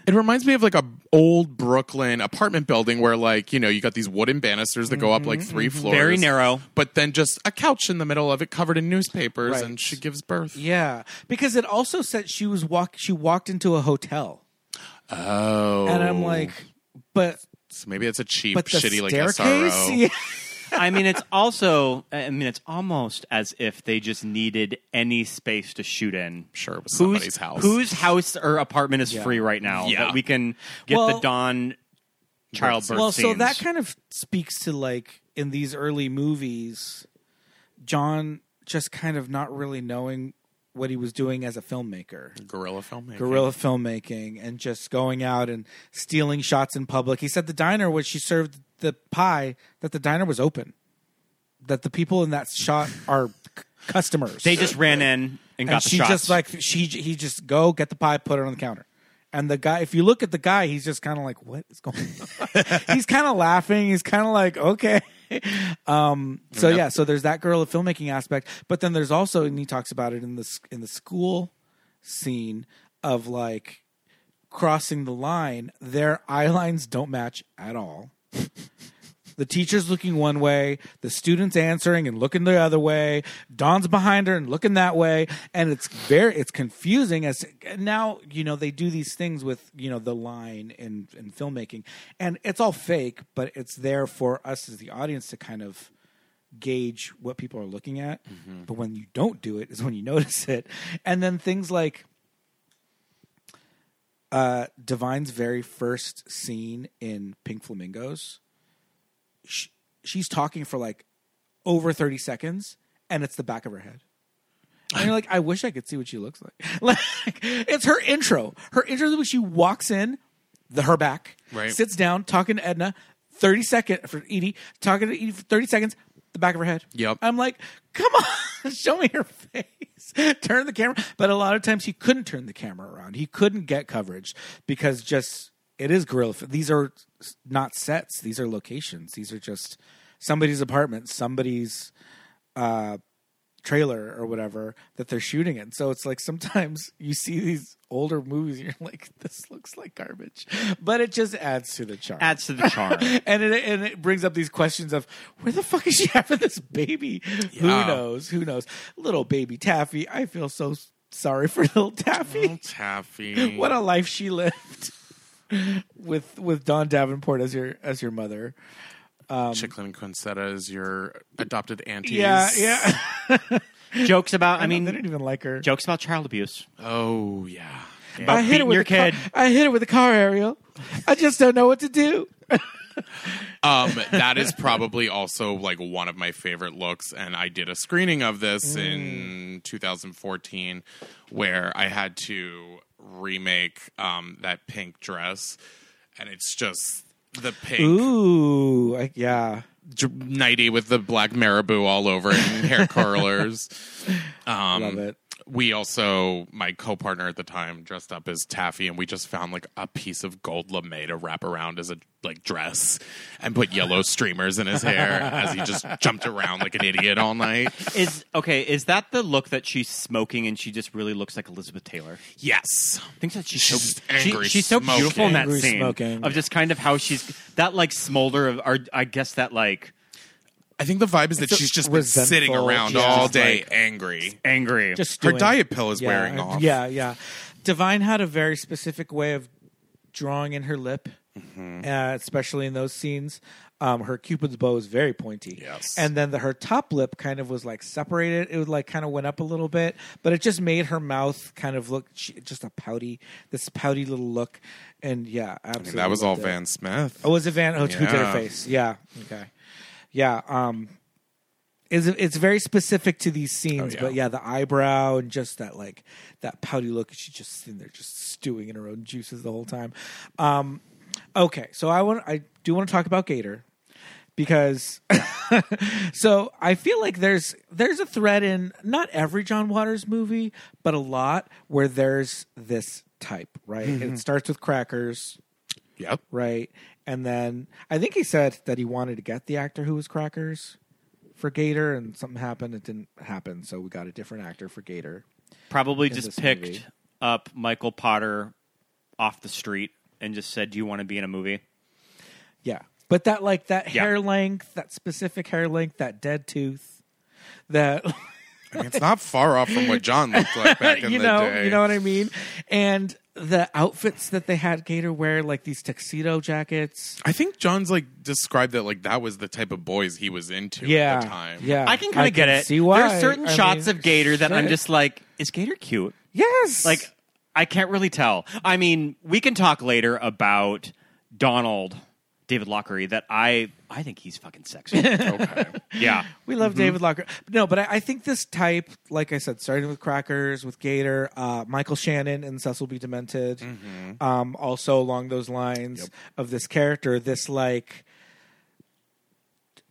Speaker 6: It reminds me of like a old Brooklyn apartment building where like, you know, you got these wooden banisters that go up
Speaker 4: Mm-hmm,
Speaker 6: like 3 floors.
Speaker 5: Very narrow.
Speaker 6: But then just a couch in the middle of it covered in newspapers
Speaker 4: Right.
Speaker 6: and she gives birth.
Speaker 4: Yeah, because it also said she was walk. She walked into a hotel,
Speaker 6: Oh.
Speaker 4: and I'm like, but
Speaker 6: so maybe it's a cheap
Speaker 4: but the
Speaker 6: shitty like
Speaker 4: staircase.
Speaker 6: SRO.
Speaker 4: Yeah.
Speaker 5: I mean, it's also. I mean, it's almost as if they just needed any space to shoot in.
Speaker 6: Sure, it was
Speaker 5: Whose-
Speaker 6: somebody's house.
Speaker 5: Whose house or apartment is free right now
Speaker 6: Yeah.
Speaker 5: that we can get
Speaker 4: Well-
Speaker 5: the dawn childbirth
Speaker 4: Well, so
Speaker 5: scenes?
Speaker 4: that kind of speaks to like in these early movies, John just kind of not really knowing what he was doing as a filmmaker.
Speaker 6: Guerrilla filmmaking.
Speaker 4: guerrilla filmmaking and just going out and stealing shots in public. He said the diner where she served the pie that the diner was open, that the people in that shot are c- customers.
Speaker 5: they just ran in and
Speaker 4: and
Speaker 5: got the
Speaker 4: she
Speaker 5: shots.
Speaker 4: just like she he just go get the pie, put it on the counter. And the guy, if you look at the guy, he's just kind of like, "What is going?" on? he's kind of laughing. He's kind of like, "Okay." Um, so yeah, so there's that guerrilla filmmaking aspect, but then there's also, and he talks about it in the s- in the school scene of like crossing the line, their eye lines don't match at all. the teacher's looking one way, the student's answering and looking the other way. Don's behind her and looking that way, and it's very it's confusing. As now you know they do these things with you know the line in in filmmaking, and it's all fake, but it's there for us as the audience to kind of gauge what people are looking at. But when you don't do it is when you notice it. And then things like uh, Divine's very first scene in Pink Flamingos, sh she's talking for like over 30 seconds and it's the back of her head. And you're like, I wish I could see what she looks like. Like, it's her intro. Her intro is when she walks in, the her back,
Speaker 6: Right.
Speaker 4: sits down, talking to Edna, 30 second for Edie, talking to Edie for 30 seconds, the back of her head.
Speaker 6: Yep.
Speaker 4: I'm like, come on, show me your face. turn the camera. But a lot of times he couldn't turn the camera around. He couldn't get coverage because just it is guerrilla. These are s- not sets. These are locations. These are just somebody's apartment, somebody's uh, trailer or whatever that they're shooting in. So it's like sometimes you see these older movies and you're like, this looks like garbage. But it just adds to the charm.
Speaker 5: adds to the charm.
Speaker 4: and it and it brings up these questions of where the fuck is she having this baby? Who
Speaker 6: Yeah.
Speaker 4: knows? Who knows? Little baby Taffy. I feel so s- sorry for little Taffy.
Speaker 6: Taffy.
Speaker 4: what a life she lived. with with Don Davenport as your as your mother.
Speaker 6: Chicklin and Quinceatta is your adopted aunties.
Speaker 4: Yeah, yeah.
Speaker 5: jokes about. I,
Speaker 4: they
Speaker 5: mean,
Speaker 4: didn't even like her.
Speaker 5: jokes about child abuse.
Speaker 6: Oh yeah.
Speaker 5: About
Speaker 4: I hit
Speaker 5: beating
Speaker 4: it with
Speaker 5: your
Speaker 4: the car-
Speaker 5: kid.
Speaker 4: I hit it with a car, Ariel. I just don't know what to do.
Speaker 6: Um, that is probably also like one of my favorite looks, and I did a screening of this
Speaker 4: Mm.
Speaker 6: in 2014, where I had to remake um that pink dress, and it's just the pink
Speaker 4: Ooh, I, yeah.
Speaker 6: dr- nighty with the black marabou all over it and hair curlers. Um,
Speaker 4: Love it.
Speaker 6: We also, my co-partner at the time, dressed up as Taffy, and we just found like a piece of gold lame to wrap around as a like dress, and put yellow streamers in his hair as he just jumped around like an idiot all night.
Speaker 5: Is okay. Is that the look that she's smoking and she just really looks like Elizabeth Taylor?
Speaker 6: Yes,
Speaker 5: thinks that she's,
Speaker 6: She's
Speaker 5: so
Speaker 6: angry
Speaker 5: she- she's so
Speaker 6: smoking.
Speaker 5: beautiful in that
Speaker 4: Angry
Speaker 5: scene
Speaker 4: smoking.
Speaker 5: of just kind of how she's that like smolder of, or I guess that like
Speaker 6: I think the vibe is that
Speaker 4: a
Speaker 6: she's just been
Speaker 4: resentful-
Speaker 6: sitting around
Speaker 4: yeah.
Speaker 6: all
Speaker 4: Just
Speaker 6: day,
Speaker 5: like-
Speaker 6: angry.
Speaker 5: angry.
Speaker 4: Just
Speaker 6: Her
Speaker 4: doing-
Speaker 6: diet pill is
Speaker 4: yeah,
Speaker 6: wearing off.
Speaker 4: Yeah, yeah. Divine had a very specific way of drawing in her lip,
Speaker 6: Mm-hmm.
Speaker 4: uh, especially in those scenes. Um, her cupid's bow is very pointy.
Speaker 6: Yes.
Speaker 4: And then the, her top lip kind of was like separated. It was like kind of went up a little bit, but it just made her mouth kind of look she, just a pouty, this pouty little look. And yeah, absolutely.
Speaker 6: that was all
Speaker 4: loved it.
Speaker 6: Van Smith.
Speaker 4: Oh, was it Van? Oh, who did her
Speaker 6: Yeah.
Speaker 4: face? Yeah. Okay. Yeah. Um, is it's very specific to these scenes,
Speaker 6: Oh, yeah.
Speaker 4: but yeah, the eyebrow and just that like that pouty look. She's just sitting there, just stewing in her own juices the whole time. Um, okay, so I want I do want to talk about Gator because so I feel like there's there's a thread in not every John Waters movie, but a lot where there's this type, right?
Speaker 6: Mm-hmm.
Speaker 4: It starts with crackers,
Speaker 6: Yep.
Speaker 4: right? And then I think he said that he wanted to get the actor who was crackers for Gator, and something happened. It didn't happen, so we got a different actor for Gator.
Speaker 5: Probably
Speaker 4: this
Speaker 5: just picked
Speaker 4: movie.
Speaker 5: up Michael Potter off the street and just said, "Do you want to be in a movie?"
Speaker 4: Yeah. But that like that
Speaker 5: Yeah.
Speaker 4: hair length, that specific hair length, that dead tooth, that
Speaker 6: I mean, it's not far off from what John looked like back in
Speaker 4: you
Speaker 6: the
Speaker 4: know,
Speaker 6: day.
Speaker 4: you know what I mean? And the outfits that they had Gator wear, like these tuxedo jackets.
Speaker 6: I think John's like described that like that was the type of boys he was into
Speaker 4: Yeah.
Speaker 6: at the time.
Speaker 4: Yeah.
Speaker 5: I can kind of get it.
Speaker 4: See why.
Speaker 5: There's certain
Speaker 4: I
Speaker 5: shots
Speaker 4: mean,
Speaker 5: of Gator that I'm
Speaker 4: shit.
Speaker 5: just like, "Is Gator cute?"
Speaker 4: Yes.
Speaker 5: Like, I can't really tell. I mean, we can talk later about Donald David Lockery. That I I think he's fucking sexy.
Speaker 6: Okay.
Speaker 5: yeah.
Speaker 4: We love
Speaker 6: Mm-hmm.
Speaker 4: David Locker. No, but I, I think this type, like I said, starting with Crackers, with Gator, uh, Michael Shannon and Cecil B. Demented,
Speaker 6: Mm-hmm.
Speaker 4: um, also along those lines of this character, this like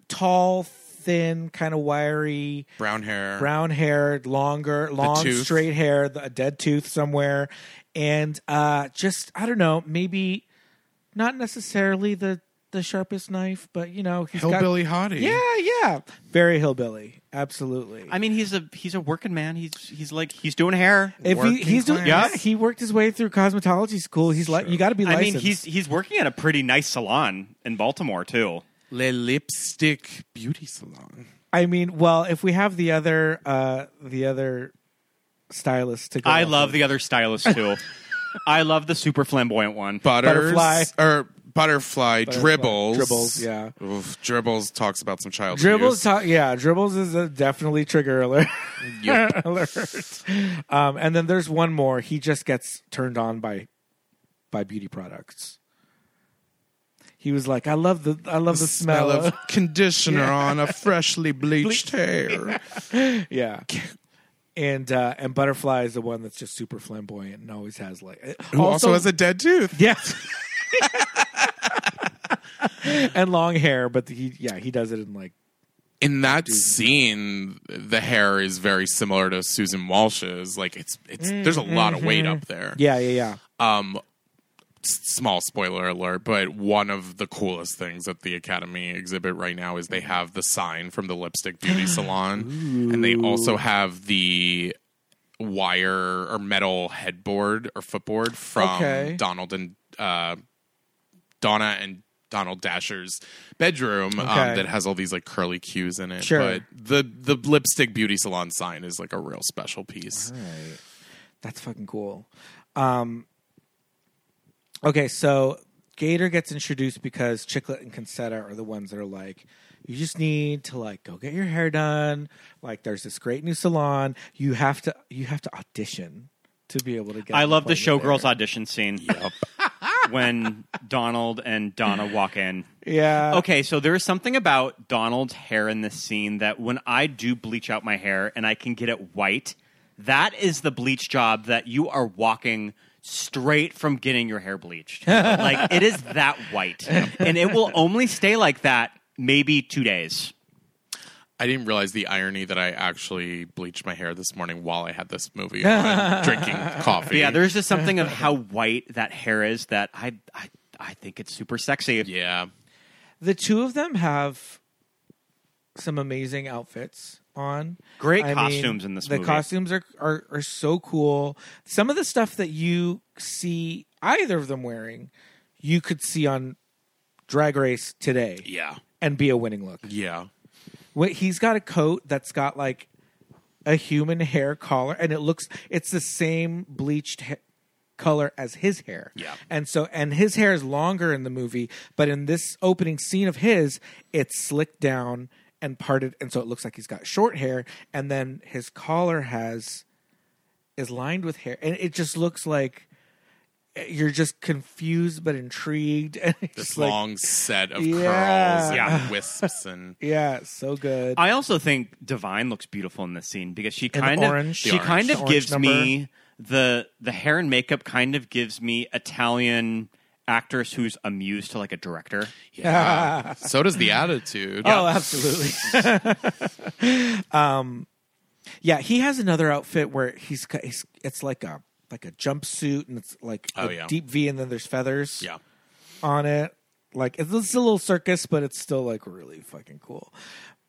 Speaker 4: tall, thin, kind of wiry,
Speaker 6: Brown hair.
Speaker 4: brown haired, longer, long,
Speaker 6: tooth.
Speaker 4: straight hair, the, a dead tooth somewhere, and uh, just I don't know, maybe not necessarily the the sharpest knife, but you know, he's got
Speaker 6: Hillbilly hottie.
Speaker 4: yeah, yeah. Very hillbilly. Absolutely.
Speaker 5: I mean, he's a he's a working man. He's he's like he's doing hair.
Speaker 4: if he,
Speaker 6: Working
Speaker 4: he's doing, yeah,
Speaker 5: class.
Speaker 4: he worked his way through cosmetology school. He's like, you got to be
Speaker 5: I
Speaker 4: licensed.
Speaker 5: mean, he's he's working at a pretty nice salon in Baltimore too.
Speaker 6: Le lipstick beauty salon.
Speaker 4: I mean, well, if we have the other, uh the other stylist to go,
Speaker 5: I
Speaker 4: off
Speaker 5: love
Speaker 4: of-
Speaker 5: the other stylist too. I love the super flamboyant one.
Speaker 6: Butters
Speaker 4: Butterfly.
Speaker 6: or butterfly, dribbles.
Speaker 4: Dribbles, yeah.
Speaker 6: Oof, dribbles talks about some child
Speaker 4: Dribbles, ta-
Speaker 6: abuse.
Speaker 4: yeah, dribbles is a definitely trigger alert.
Speaker 6: Yep.
Speaker 4: alert. Um, and then there's one more. He just gets turned on by by beauty products. He was like, I love the, I love the, smell, of,
Speaker 6: conditioner on a freshly bleached hair.
Speaker 4: Yeah. And uh, and butterfly is the one that's just super flamboyant and always has like uh,
Speaker 6: Who also, has a dead tooth.
Speaker 4: yeah and long hair, but he yeah he does it in like
Speaker 6: In that scene, the hair is very similar to Susan Walsh's. Like it's it's there's a lot of
Speaker 4: Mm-hmm.
Speaker 6: weight up there.
Speaker 4: yeah yeah yeah
Speaker 6: Um, s- small spoiler alert, but one of the coolest things at the Academy exhibit right now is they have the sign from the Lipstick Beauty Salon, and they also have the wire or metal headboard or footboard from
Speaker 4: Okay.
Speaker 6: Donald and uh, Donna and Donald Dasher's bedroom
Speaker 4: Okay.
Speaker 6: um, that has all these like curly cues in it.
Speaker 4: Sure.
Speaker 6: But the the Lipstick Beauty Salon sign is like a real special piece.
Speaker 4: Ah. that's fucking cool. Um, okay, so Gator gets introduced because Chiclet and Consetta are the ones that are like, you just need to like go get your hair done. Like, there's this great new salon. You have to you have to audition to be able to get.
Speaker 5: I
Speaker 4: an
Speaker 5: love the
Speaker 4: appointment
Speaker 5: showgirls
Speaker 4: there.
Speaker 5: audition scene. when Donald and Donna walk in.
Speaker 4: Yeah.
Speaker 5: Okay, so there is something about Donald's hair in this scene that when I do bleach out my hair and I can get it white, that is the bleach job that you are walking straight from getting your hair bleached. like it is that white. And it will only stay like that maybe 2 days.
Speaker 6: I didn't realize the irony that I actually bleached my hair this morning while I had this movie on, drinking coffee.
Speaker 5: But yeah, there's just something of how white that hair is that I I, I think it's super sexy.
Speaker 6: yeah.
Speaker 4: The two of them have some amazing outfits on.
Speaker 5: Great
Speaker 4: mean,
Speaker 5: costumes in this
Speaker 4: the
Speaker 5: movie.
Speaker 4: costumes are, are are so cool. Some of the stuff that you see either of them wearing, you could see on Drag Race today
Speaker 6: Yeah.
Speaker 4: and be a winning look.
Speaker 6: Yeah.
Speaker 4: Wh- He's got a coat that's got like a human hair collar, and it looks it's the same bleached ha- color as his hair.
Speaker 6: Yeah.
Speaker 4: and so and his hair is longer in the movie, but in this opening scene of his, it's slicked down and parted, and so it looks like he's got short hair, and then his collar has is lined with hair, and it just looks like. eh, You're just confused but intrigued. And it's
Speaker 6: This
Speaker 4: like,
Speaker 6: long set of
Speaker 4: Yeah.
Speaker 6: curls and
Speaker 5: Yeah.
Speaker 6: wisps and
Speaker 4: yeah, so good.
Speaker 5: I also think Divine looks beautiful in this scene because she
Speaker 4: the
Speaker 5: kind of
Speaker 4: orange.
Speaker 5: she
Speaker 4: The orange.
Speaker 5: kind
Speaker 4: The
Speaker 5: of
Speaker 4: orange
Speaker 5: gives me the the hair and makeup kind of gives me Italian actress who's amused to like a director.
Speaker 6: Yeah. so does the attitude.
Speaker 4: Oh, absolutely. um, yeah, he has another outfit where he's, ca- he's it's like a like a jumpsuit and it's like
Speaker 6: Oh,
Speaker 4: a
Speaker 6: yeah.
Speaker 4: deep V and then there's feathers
Speaker 6: Yeah.
Speaker 4: on it. Like it's, it's a little circus, but it's still like really fucking cool.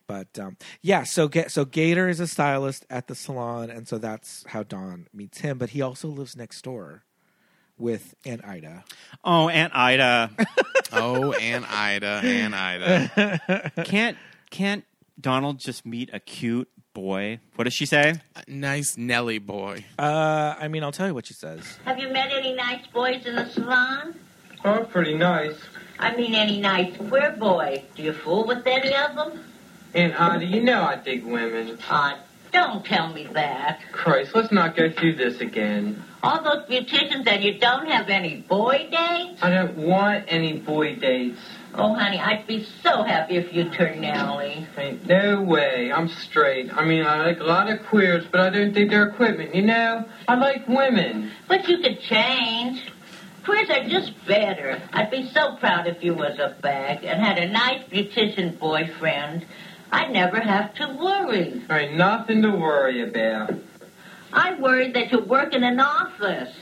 Speaker 4: But um, yeah, so get so Gator is a stylist at the salon, and so that's how Don meets him. But he also lives next door with Aunt Ida.
Speaker 5: Oh, Aunt Ida
Speaker 6: Oh, and Ida, and Ida.
Speaker 5: can't can't Donald just meet a cute boy? What does she say?
Speaker 6: Nice Nelly boy.
Speaker 4: Uh, I mean, I'll tell you what she says.
Speaker 11: Have you met any nice boys in the salon?
Speaker 12: Oh, pretty nice.
Speaker 11: I mean, any nice queer boy. Do you fool with any of them?
Speaker 12: And Ida, you know I dig women.
Speaker 11: Uh, don't tell me that.
Speaker 12: Christ, let's not go through this again.
Speaker 11: All those beauticians and you don't have any boy dates?
Speaker 12: I don't want any boy dates.
Speaker 11: Oh, honey, I'd be so happy if you turned Nellie.
Speaker 12: Ain't no way. I'm straight. I mean, I like a lot of queers, but I don't think they're equipment. You know, I like women.
Speaker 11: But you could change. Queers are just better. I'd be so proud if you was a fag and had a nice beautician boyfriend. I'd never have to worry.
Speaker 12: There ain't nothing to worry about.
Speaker 11: I worry that you work in an office,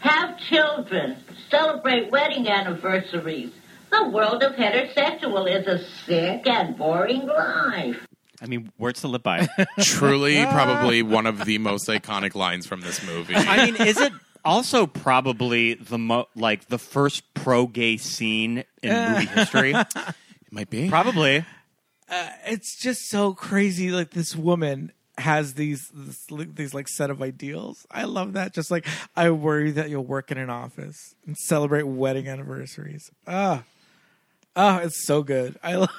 Speaker 11: have children, celebrate wedding anniversaries. The world of heterosexual is a sick and boring life.
Speaker 5: I mean, words to live by.
Speaker 6: Truly, probably one of the most iconic lines from this movie.
Speaker 5: I mean, is it also probably the mo- like the first pro gay scene in movie history?
Speaker 6: It might be.
Speaker 5: Probably.
Speaker 4: it's just so crazy. Like this woman has these this, these like set of ideals. I love that. Just like I worry that you'll work in an office and celebrate wedding anniversaries. Ah, ah, it's so good. I love.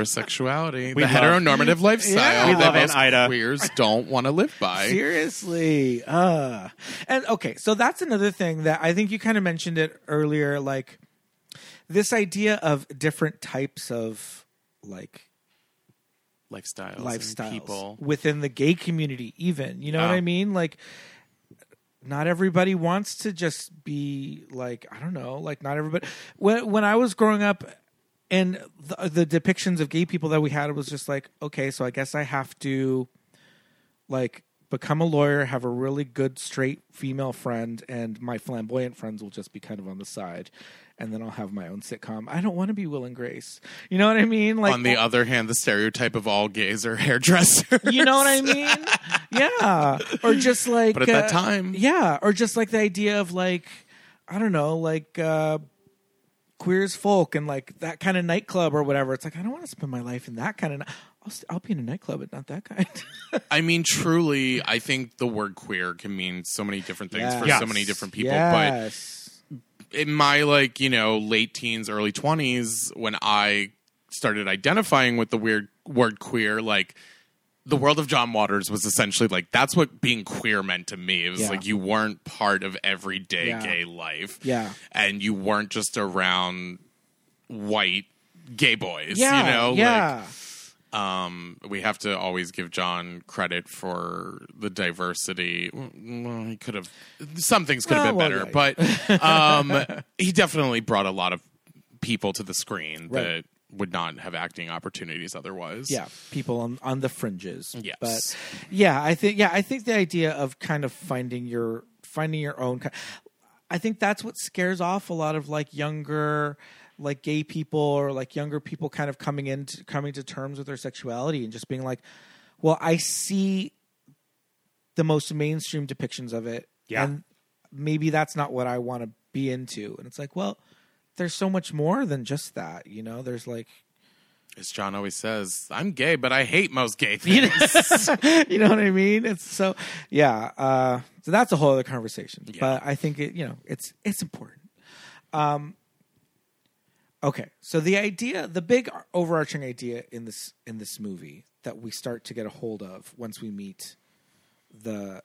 Speaker 6: Heterosexuality,
Speaker 5: We
Speaker 6: the
Speaker 5: love-
Speaker 6: heteronormative lifestyle
Speaker 4: We
Speaker 6: that
Speaker 5: love Aunt
Speaker 6: most
Speaker 5: Ida.
Speaker 6: queers don't want to live by.
Speaker 4: Seriously. Uh and okay, so that's another thing that I think you kind of mentioned it earlier, like this idea of different types of like
Speaker 6: Lifestyles, and
Speaker 4: lifestyles
Speaker 6: people.
Speaker 4: within the gay community even. You know what
Speaker 6: Oh.
Speaker 4: I mean? Like not everybody wants to just be like I don't know, like not everybody when when I was growing up and the, the depictions of gay people that we had was just like okay, so I guess I have to like become a lawyer, have a really good straight female friend, and my flamboyant friends will just be kind of on the side, and then I'll have my own sitcom. I don't want to be Will and Grace. You know what I mean? Like
Speaker 6: On the other hand, the stereotype of all gays are hairdressers.
Speaker 4: you know what I mean? yeah. Or just like
Speaker 6: But at that
Speaker 4: uh,
Speaker 6: time-
Speaker 4: Yeah. Or just like the idea of like I don't know, like uh queer as folk and like that kind of nightclub or whatever. It's like I don't want to spend my life in that kind of I'll, st- I'll be in a nightclub, but not that kind.
Speaker 6: I mean, truly, I think the word queer can mean so many different things for so
Speaker 4: Yes.
Speaker 6: many different people.
Speaker 4: Yes.
Speaker 6: But in my like, you know, late teens, early twenties, when I started identifying with the weird word queer, like the world of John Waters was essentially like that's what being queer meant to me. It was
Speaker 4: Yeah.
Speaker 6: like you weren't part of everyday
Speaker 4: Yeah.
Speaker 6: gay life.
Speaker 4: Yeah.
Speaker 6: And you weren't just around white gay boys.
Speaker 4: yeah,
Speaker 6: You know? Like
Speaker 4: yeah.
Speaker 6: um, we have to always give John credit for the diversity. Well, he could have some things could have
Speaker 4: Well,
Speaker 6: been better,
Speaker 4: well,
Speaker 6: but um, he definitely brought a lot of people to the screen
Speaker 4: Right.
Speaker 6: that would not have acting opportunities otherwise.
Speaker 4: yeah people on on the fringes
Speaker 6: Yes.
Speaker 4: but yeah i think yeah i think the idea of kind of finding your finding your own ki- i think that's what scares off a lot of like younger like gay people or like younger people kind of coming into coming to terms with their sexuality and just being like well i see the most mainstream depictions of it
Speaker 5: Yeah.
Speaker 4: and maybe that's not what i want to be into and it's like well there's so much more than just that you know there's like
Speaker 6: as John always says, I'm gay, but I hate most gay
Speaker 4: you
Speaker 6: things.
Speaker 4: know, you know what I mean? It's so yeah. Uh, so that's a whole other conversation.
Speaker 6: Yeah.
Speaker 4: But I think it, you know, it's it's important. Um, okay, so the idea, the big overarching idea in this in this movie that we start to get a hold of once we meet the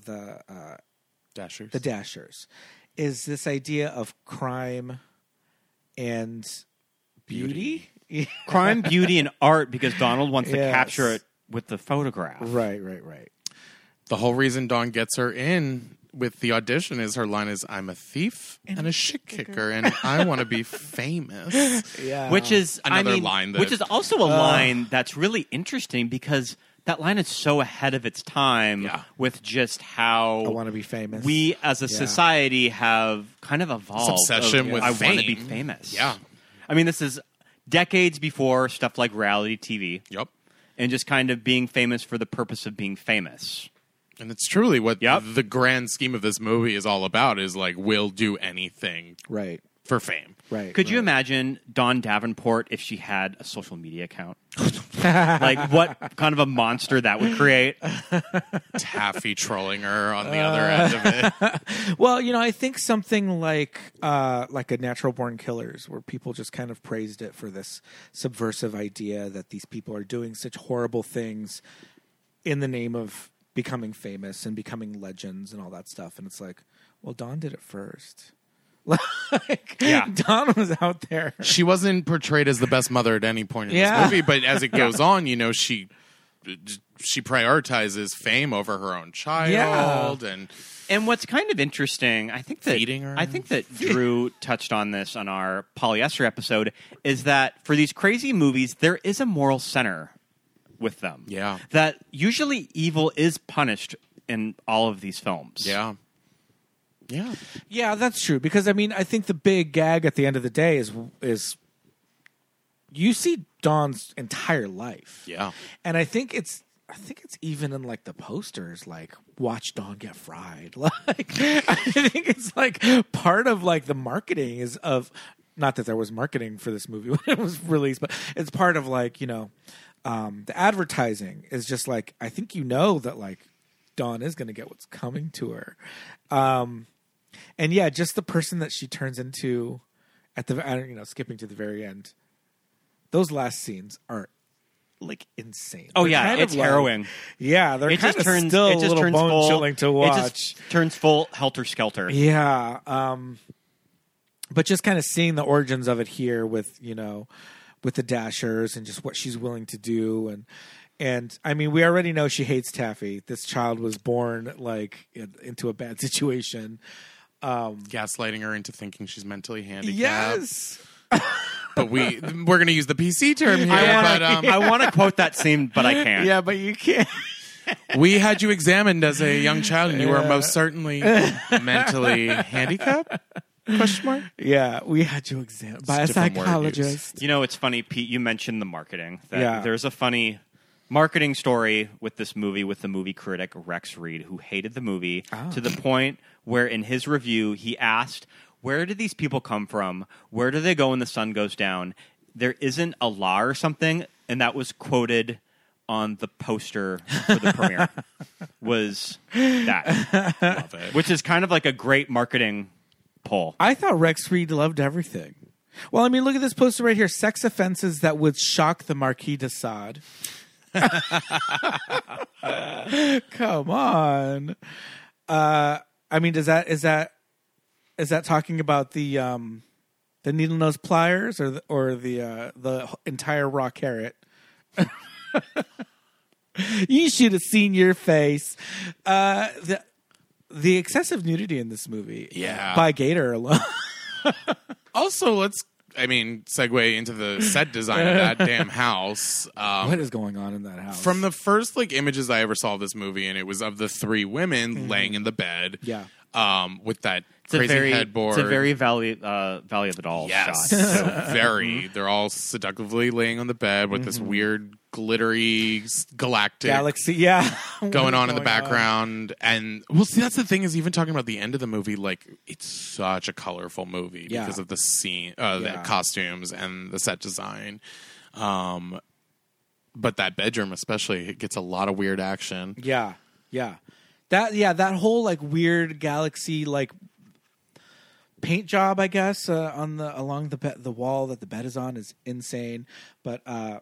Speaker 4: the uh,
Speaker 6: Dashers.
Speaker 4: the dashers is this idea of crime and beauty.
Speaker 5: Crime, beauty, and art because Donald wants to
Speaker 4: Yes.
Speaker 5: capture it with the photograph.
Speaker 4: right, right, right.
Speaker 6: the whole reason Dawn gets her in with the audition is her line is I'm a thief and, a shit kicker and I want to be famous.
Speaker 4: Yeah.
Speaker 5: which is
Speaker 6: another
Speaker 5: I mean,
Speaker 6: line that
Speaker 5: which is also a
Speaker 6: Uh.
Speaker 5: line that's really interesting because that line is so ahead of its time with just how I want
Speaker 4: to be famous.
Speaker 5: We as a
Speaker 4: Yeah.
Speaker 5: society have kind of evolved.
Speaker 6: This obsession
Speaker 5: of,
Speaker 6: with
Speaker 5: I want to be
Speaker 6: fame.
Speaker 5: famous.
Speaker 6: Yeah.
Speaker 5: I mean, this is decades before stuff like reality TV.
Speaker 6: Yep.
Speaker 5: And just kind of being famous for the purpose of being famous.
Speaker 6: And it's truly what the grand scheme of this movie is all about is like we'll do anything
Speaker 4: right
Speaker 6: for fame.
Speaker 4: Right.
Speaker 5: Could you imagine Dawn Davenport if she had a social media account? like what kind of a monster that would create?
Speaker 6: Taffy trolling her on the other end of it.
Speaker 4: it. well, you know, I think something like uh, like a Natural Born Killers, where people just kind of praised it for this subversive idea that these people are doing such horrible things in the name of becoming famous and becoming legends and all that stuff. And it's like, well, Don did it first. like,
Speaker 6: Yeah.
Speaker 4: Don was out there.
Speaker 6: She wasn't portrayed as the best mother at any point in
Speaker 4: Yeah.
Speaker 6: this movie, but as it goes on, you know, she she prioritizes fame over her own child and
Speaker 5: And what's kind of interesting, I think that
Speaker 6: Feeding her.
Speaker 5: I think that Drew touched on this on our polyester episode, is that for these crazy movies, there is a moral center with them.
Speaker 6: Yeah.
Speaker 5: That usually evil is punished in all of these films.
Speaker 6: Yeah. Yeah.
Speaker 4: Yeah, that's true. Because I mean, I think the big gag at the end of the day is is you see Dawn's entire life.
Speaker 6: Yeah.
Speaker 4: and I think it's I think it's even in like the posters, like watch Dawn get fried. Like I think it's like part of like the marketing is of not that there was marketing for this movie when it was released, but it's part of like you know um, the advertising is just like I think you know that like Dawn is going to get what's coming to her, um, and yeah, just the person that she turns into at the I don't- you know skipping to the very end. Those last scenes are like insane.
Speaker 5: Oh
Speaker 4: They're
Speaker 5: yeah,
Speaker 4: kind of
Speaker 5: it's
Speaker 4: like-
Speaker 5: harrowing.
Speaker 4: Yeah, they're
Speaker 5: it
Speaker 4: kind
Speaker 5: just
Speaker 4: of
Speaker 5: turns
Speaker 4: still
Speaker 5: it just
Speaker 4: a little
Speaker 5: turns
Speaker 4: bone
Speaker 5: full,
Speaker 4: chilling to
Speaker 5: It
Speaker 4: watch.
Speaker 5: just turns full helter skelter.
Speaker 4: Yeah. Um, but just kind of seeing the origins of it here with, you know, with the Dashers and just what she's willing to do. And, and I mean, we already know she hates Taffy. This child was born like in, into a bad situation. Um,
Speaker 6: gaslighting her into thinking she's mentally handicapped.
Speaker 4: yes.
Speaker 6: But we we're gonna use the PC term here.
Speaker 5: I wanna,
Speaker 6: but um,
Speaker 5: I wanna quote that scene, but I can't.
Speaker 4: Yeah, but you can't.
Speaker 6: we had you examined as a young child, and you were most certainly mentally handicapped. Question mark.
Speaker 4: Yeah, we had you examined by a
Speaker 5: It's a different word
Speaker 4: psychologist.
Speaker 5: used. You know, it's funny, Pete. You mentioned the marketing. That
Speaker 4: Yeah.
Speaker 5: There's a funny marketing story with this movie with the movie critic Rex Reed, who hated the movie
Speaker 4: Ah.
Speaker 5: to the point where, in his review, he asked, "Where do these people come from? Where do they go when the sun goes down? There isn't a law or something." And that was quoted on the poster for the premiere. Was that? Which is kind of like a great marketing pull.
Speaker 4: I thought Rex Reed loved everything. Well, I mean, look at this poster right here: sex offenses that would shock the Marquis de Sade. Come on. Uh, I mean, does that is that is that talking about the um, the needle nose pliers or the, or the uh, the entire raw carrot? you should have seen your face. Uh, the the excessive nudity in this movie,
Speaker 6: Yeah.
Speaker 4: by Gator alone.
Speaker 6: Also, let's. I mean, segue into the set design of that damn house. Um,
Speaker 4: what is going on in that house?
Speaker 6: From the first like images I ever saw of this movie, and it was of the three women laying in the bed.
Speaker 4: Yeah.
Speaker 6: Um, with that
Speaker 5: Mm-hmm. It's a
Speaker 6: crazy
Speaker 5: very
Speaker 6: headboard.
Speaker 5: It's a very Valley uh, Valley of the Dolls
Speaker 6: yes,
Speaker 5: shot. Mm-hmm.
Speaker 6: so very. They're all seductively laying on the bed with this weird glittery s- galactic
Speaker 4: Galaxy, yeah, What
Speaker 6: going
Speaker 4: is
Speaker 6: on in the
Speaker 4: going
Speaker 6: background. And well, see, that's the thing is even talking about the end of the movie, like it's such a colorful movie
Speaker 4: Yeah.
Speaker 6: because of the scene, uh,
Speaker 4: Yeah.
Speaker 6: the costumes and the set design. Um, but that bedroom, especially, it gets a lot of weird action.
Speaker 4: Yeah, yeah, that yeah that whole like weird galaxy like paint job I guess uh, on the along the bed the wall that the bed is on is insane. But uh,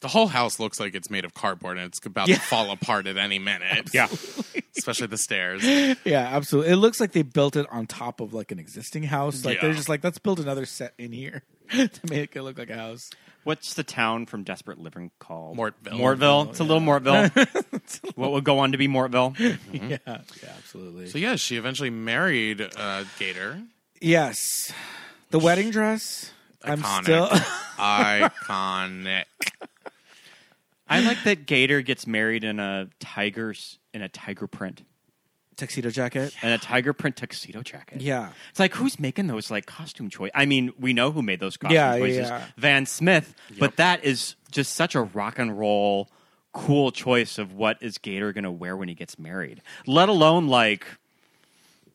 Speaker 6: The whole house looks like it's made of cardboard and it's about
Speaker 4: Yeah.
Speaker 6: to fall apart at any minute. yeah, especially the stairs.
Speaker 4: yeah, absolutely, it looks like they built it on top of like an existing house. Like they're
Speaker 6: Yeah.
Speaker 4: just like let's build another set in here to make it look like a house.
Speaker 5: What's the town from Desperate Living called?
Speaker 6: Mortville.
Speaker 5: Mortville. It's a little Mortville. what would go on to be Mortville?
Speaker 4: Yeah, yeah, absolutely.
Speaker 6: So yeah, she eventually married uh, Gator.
Speaker 4: Yes, the wedding dress. I'm
Speaker 6: Iconic.
Speaker 4: still.
Speaker 6: Iconic.
Speaker 5: I like that Gator gets married in a tiger's in a tiger print
Speaker 4: tuxedo jacket.
Speaker 5: and a tiger print tuxedo jacket.
Speaker 4: Yeah.
Speaker 5: It's like who's making those like costume choice? I mean, we know who made those costume
Speaker 4: Yeah, yeah,
Speaker 5: choices,
Speaker 4: yeah.
Speaker 5: Van Smith. But that is just such a rock and roll cool choice of what is Gator going to wear when he gets married. Let alone like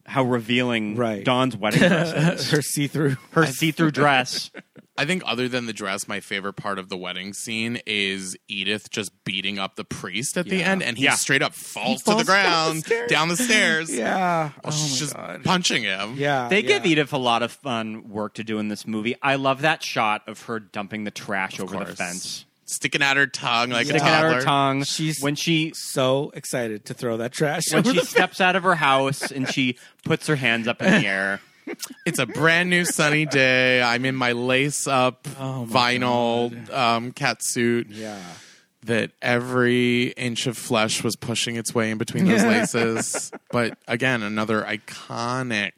Speaker 5: how revealing
Speaker 4: Right.
Speaker 5: Dawn's wedding dress is.
Speaker 4: Her see-through.
Speaker 5: Her see-through dress.
Speaker 6: I think other than the dress, my favorite part of the wedding scene is Edith just beating up the priest at the
Speaker 4: Yeah.
Speaker 6: end, and he
Speaker 5: Yeah.
Speaker 6: straight up falls,
Speaker 4: falls
Speaker 6: to the ground, down the stairs.
Speaker 4: yeah. Oh
Speaker 6: While she's just punching him.
Speaker 4: Yeah.
Speaker 5: They
Speaker 4: Uh, yeah.
Speaker 5: give Edith a lot of fun work to do in this movie. I love that shot of her dumping the trash over the
Speaker 6: course.
Speaker 5: fence.
Speaker 6: Sticking out her tongue like
Speaker 5: Sticking
Speaker 6: a
Speaker 5: out
Speaker 6: toddler.
Speaker 5: her tongue.
Speaker 4: She's-
Speaker 5: when she
Speaker 4: so excited to throw that trash.
Speaker 5: when
Speaker 4: over
Speaker 5: she
Speaker 4: the-
Speaker 5: steps out of her house and she puts her hands up in the air.
Speaker 6: It's a brand new sunny day. I'm in my lace up
Speaker 4: Oh my
Speaker 6: vinyl um, cat suit
Speaker 4: yeah.
Speaker 6: that every inch of flesh was pushing its way in between those laces. But again, another iconic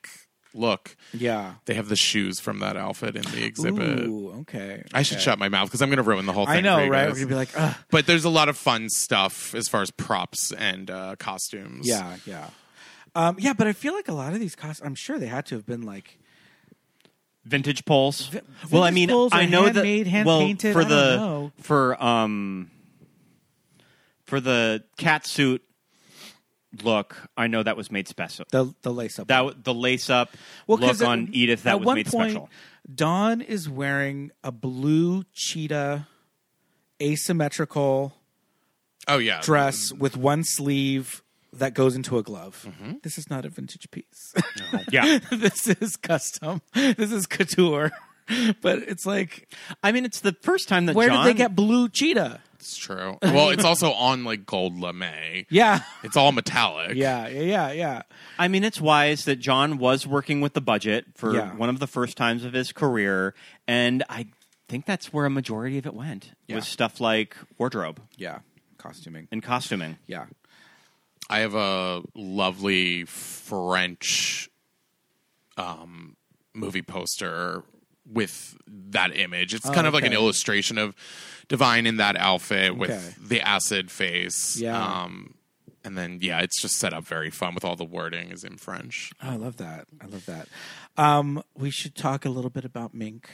Speaker 6: look.
Speaker 4: Yeah.
Speaker 6: They have the shoes from that outfit in the exhibit.
Speaker 4: Ooh. Okay.
Speaker 6: I should
Speaker 4: okay.
Speaker 6: shut my mouth because I'm going to ruin the whole thing.
Speaker 4: I
Speaker 6: for
Speaker 4: know,
Speaker 6: you
Speaker 4: right? We're
Speaker 6: guys.
Speaker 4: gonna be like, Ugh.
Speaker 6: But there's a lot of fun stuff as far as props and uh, costumes.
Speaker 4: yeah, yeah, um, yeah. But I feel like a lot of these costs. I'm sure they had to have been like,
Speaker 5: Vintage poles. well, I mean,
Speaker 4: poles
Speaker 5: I
Speaker 4: or
Speaker 5: know
Speaker 4: handmade,
Speaker 5: that. Well,
Speaker 4: hand-painted?
Speaker 5: for
Speaker 4: I don't
Speaker 5: the
Speaker 4: know.
Speaker 5: for um for the cat suit look, I know that was made special.
Speaker 4: the the lace up.
Speaker 5: that w- the lace up
Speaker 4: well, 'cause
Speaker 5: look
Speaker 4: at-
Speaker 5: on Edith that
Speaker 4: at
Speaker 5: was
Speaker 4: one
Speaker 5: made
Speaker 4: point,
Speaker 5: special.
Speaker 4: Dawn is wearing a blue cheetah asymmetrical
Speaker 6: Oh yeah.
Speaker 4: dress with one sleeve that goes into a glove.
Speaker 5: Mm-hmm.
Speaker 4: This is not a vintage piece.
Speaker 5: Yeah.
Speaker 4: this is custom. This is couture. But it's like,
Speaker 5: I mean, it's the first time that
Speaker 4: where
Speaker 5: John,
Speaker 4: did they get blue cheetah?
Speaker 6: It's true. Well, it's also on like gold lame.
Speaker 4: Yeah,
Speaker 6: It's all metallic.
Speaker 4: yeah, yeah, yeah, yeah.
Speaker 5: I mean, it's wise that John was working with the budget for
Speaker 4: Yeah.
Speaker 5: one of the first times of his career, and I think that's where a majority of it went
Speaker 4: Yeah.
Speaker 5: was stuff like wardrobe
Speaker 4: Yeah, costuming.
Speaker 5: and costuming.
Speaker 4: Yeah.
Speaker 6: I have a lovely French um, movie poster with that image. It's kind of like an
Speaker 4: Oh, okay.
Speaker 6: illustration of Divine in that outfit
Speaker 4: Okay.
Speaker 6: with the acid face.
Speaker 4: Yeah.
Speaker 6: Um, and then yeah, it's just set up very fun with all the wording is in French.
Speaker 4: Oh, I love that. I love that. Um, we should talk a little bit about Mink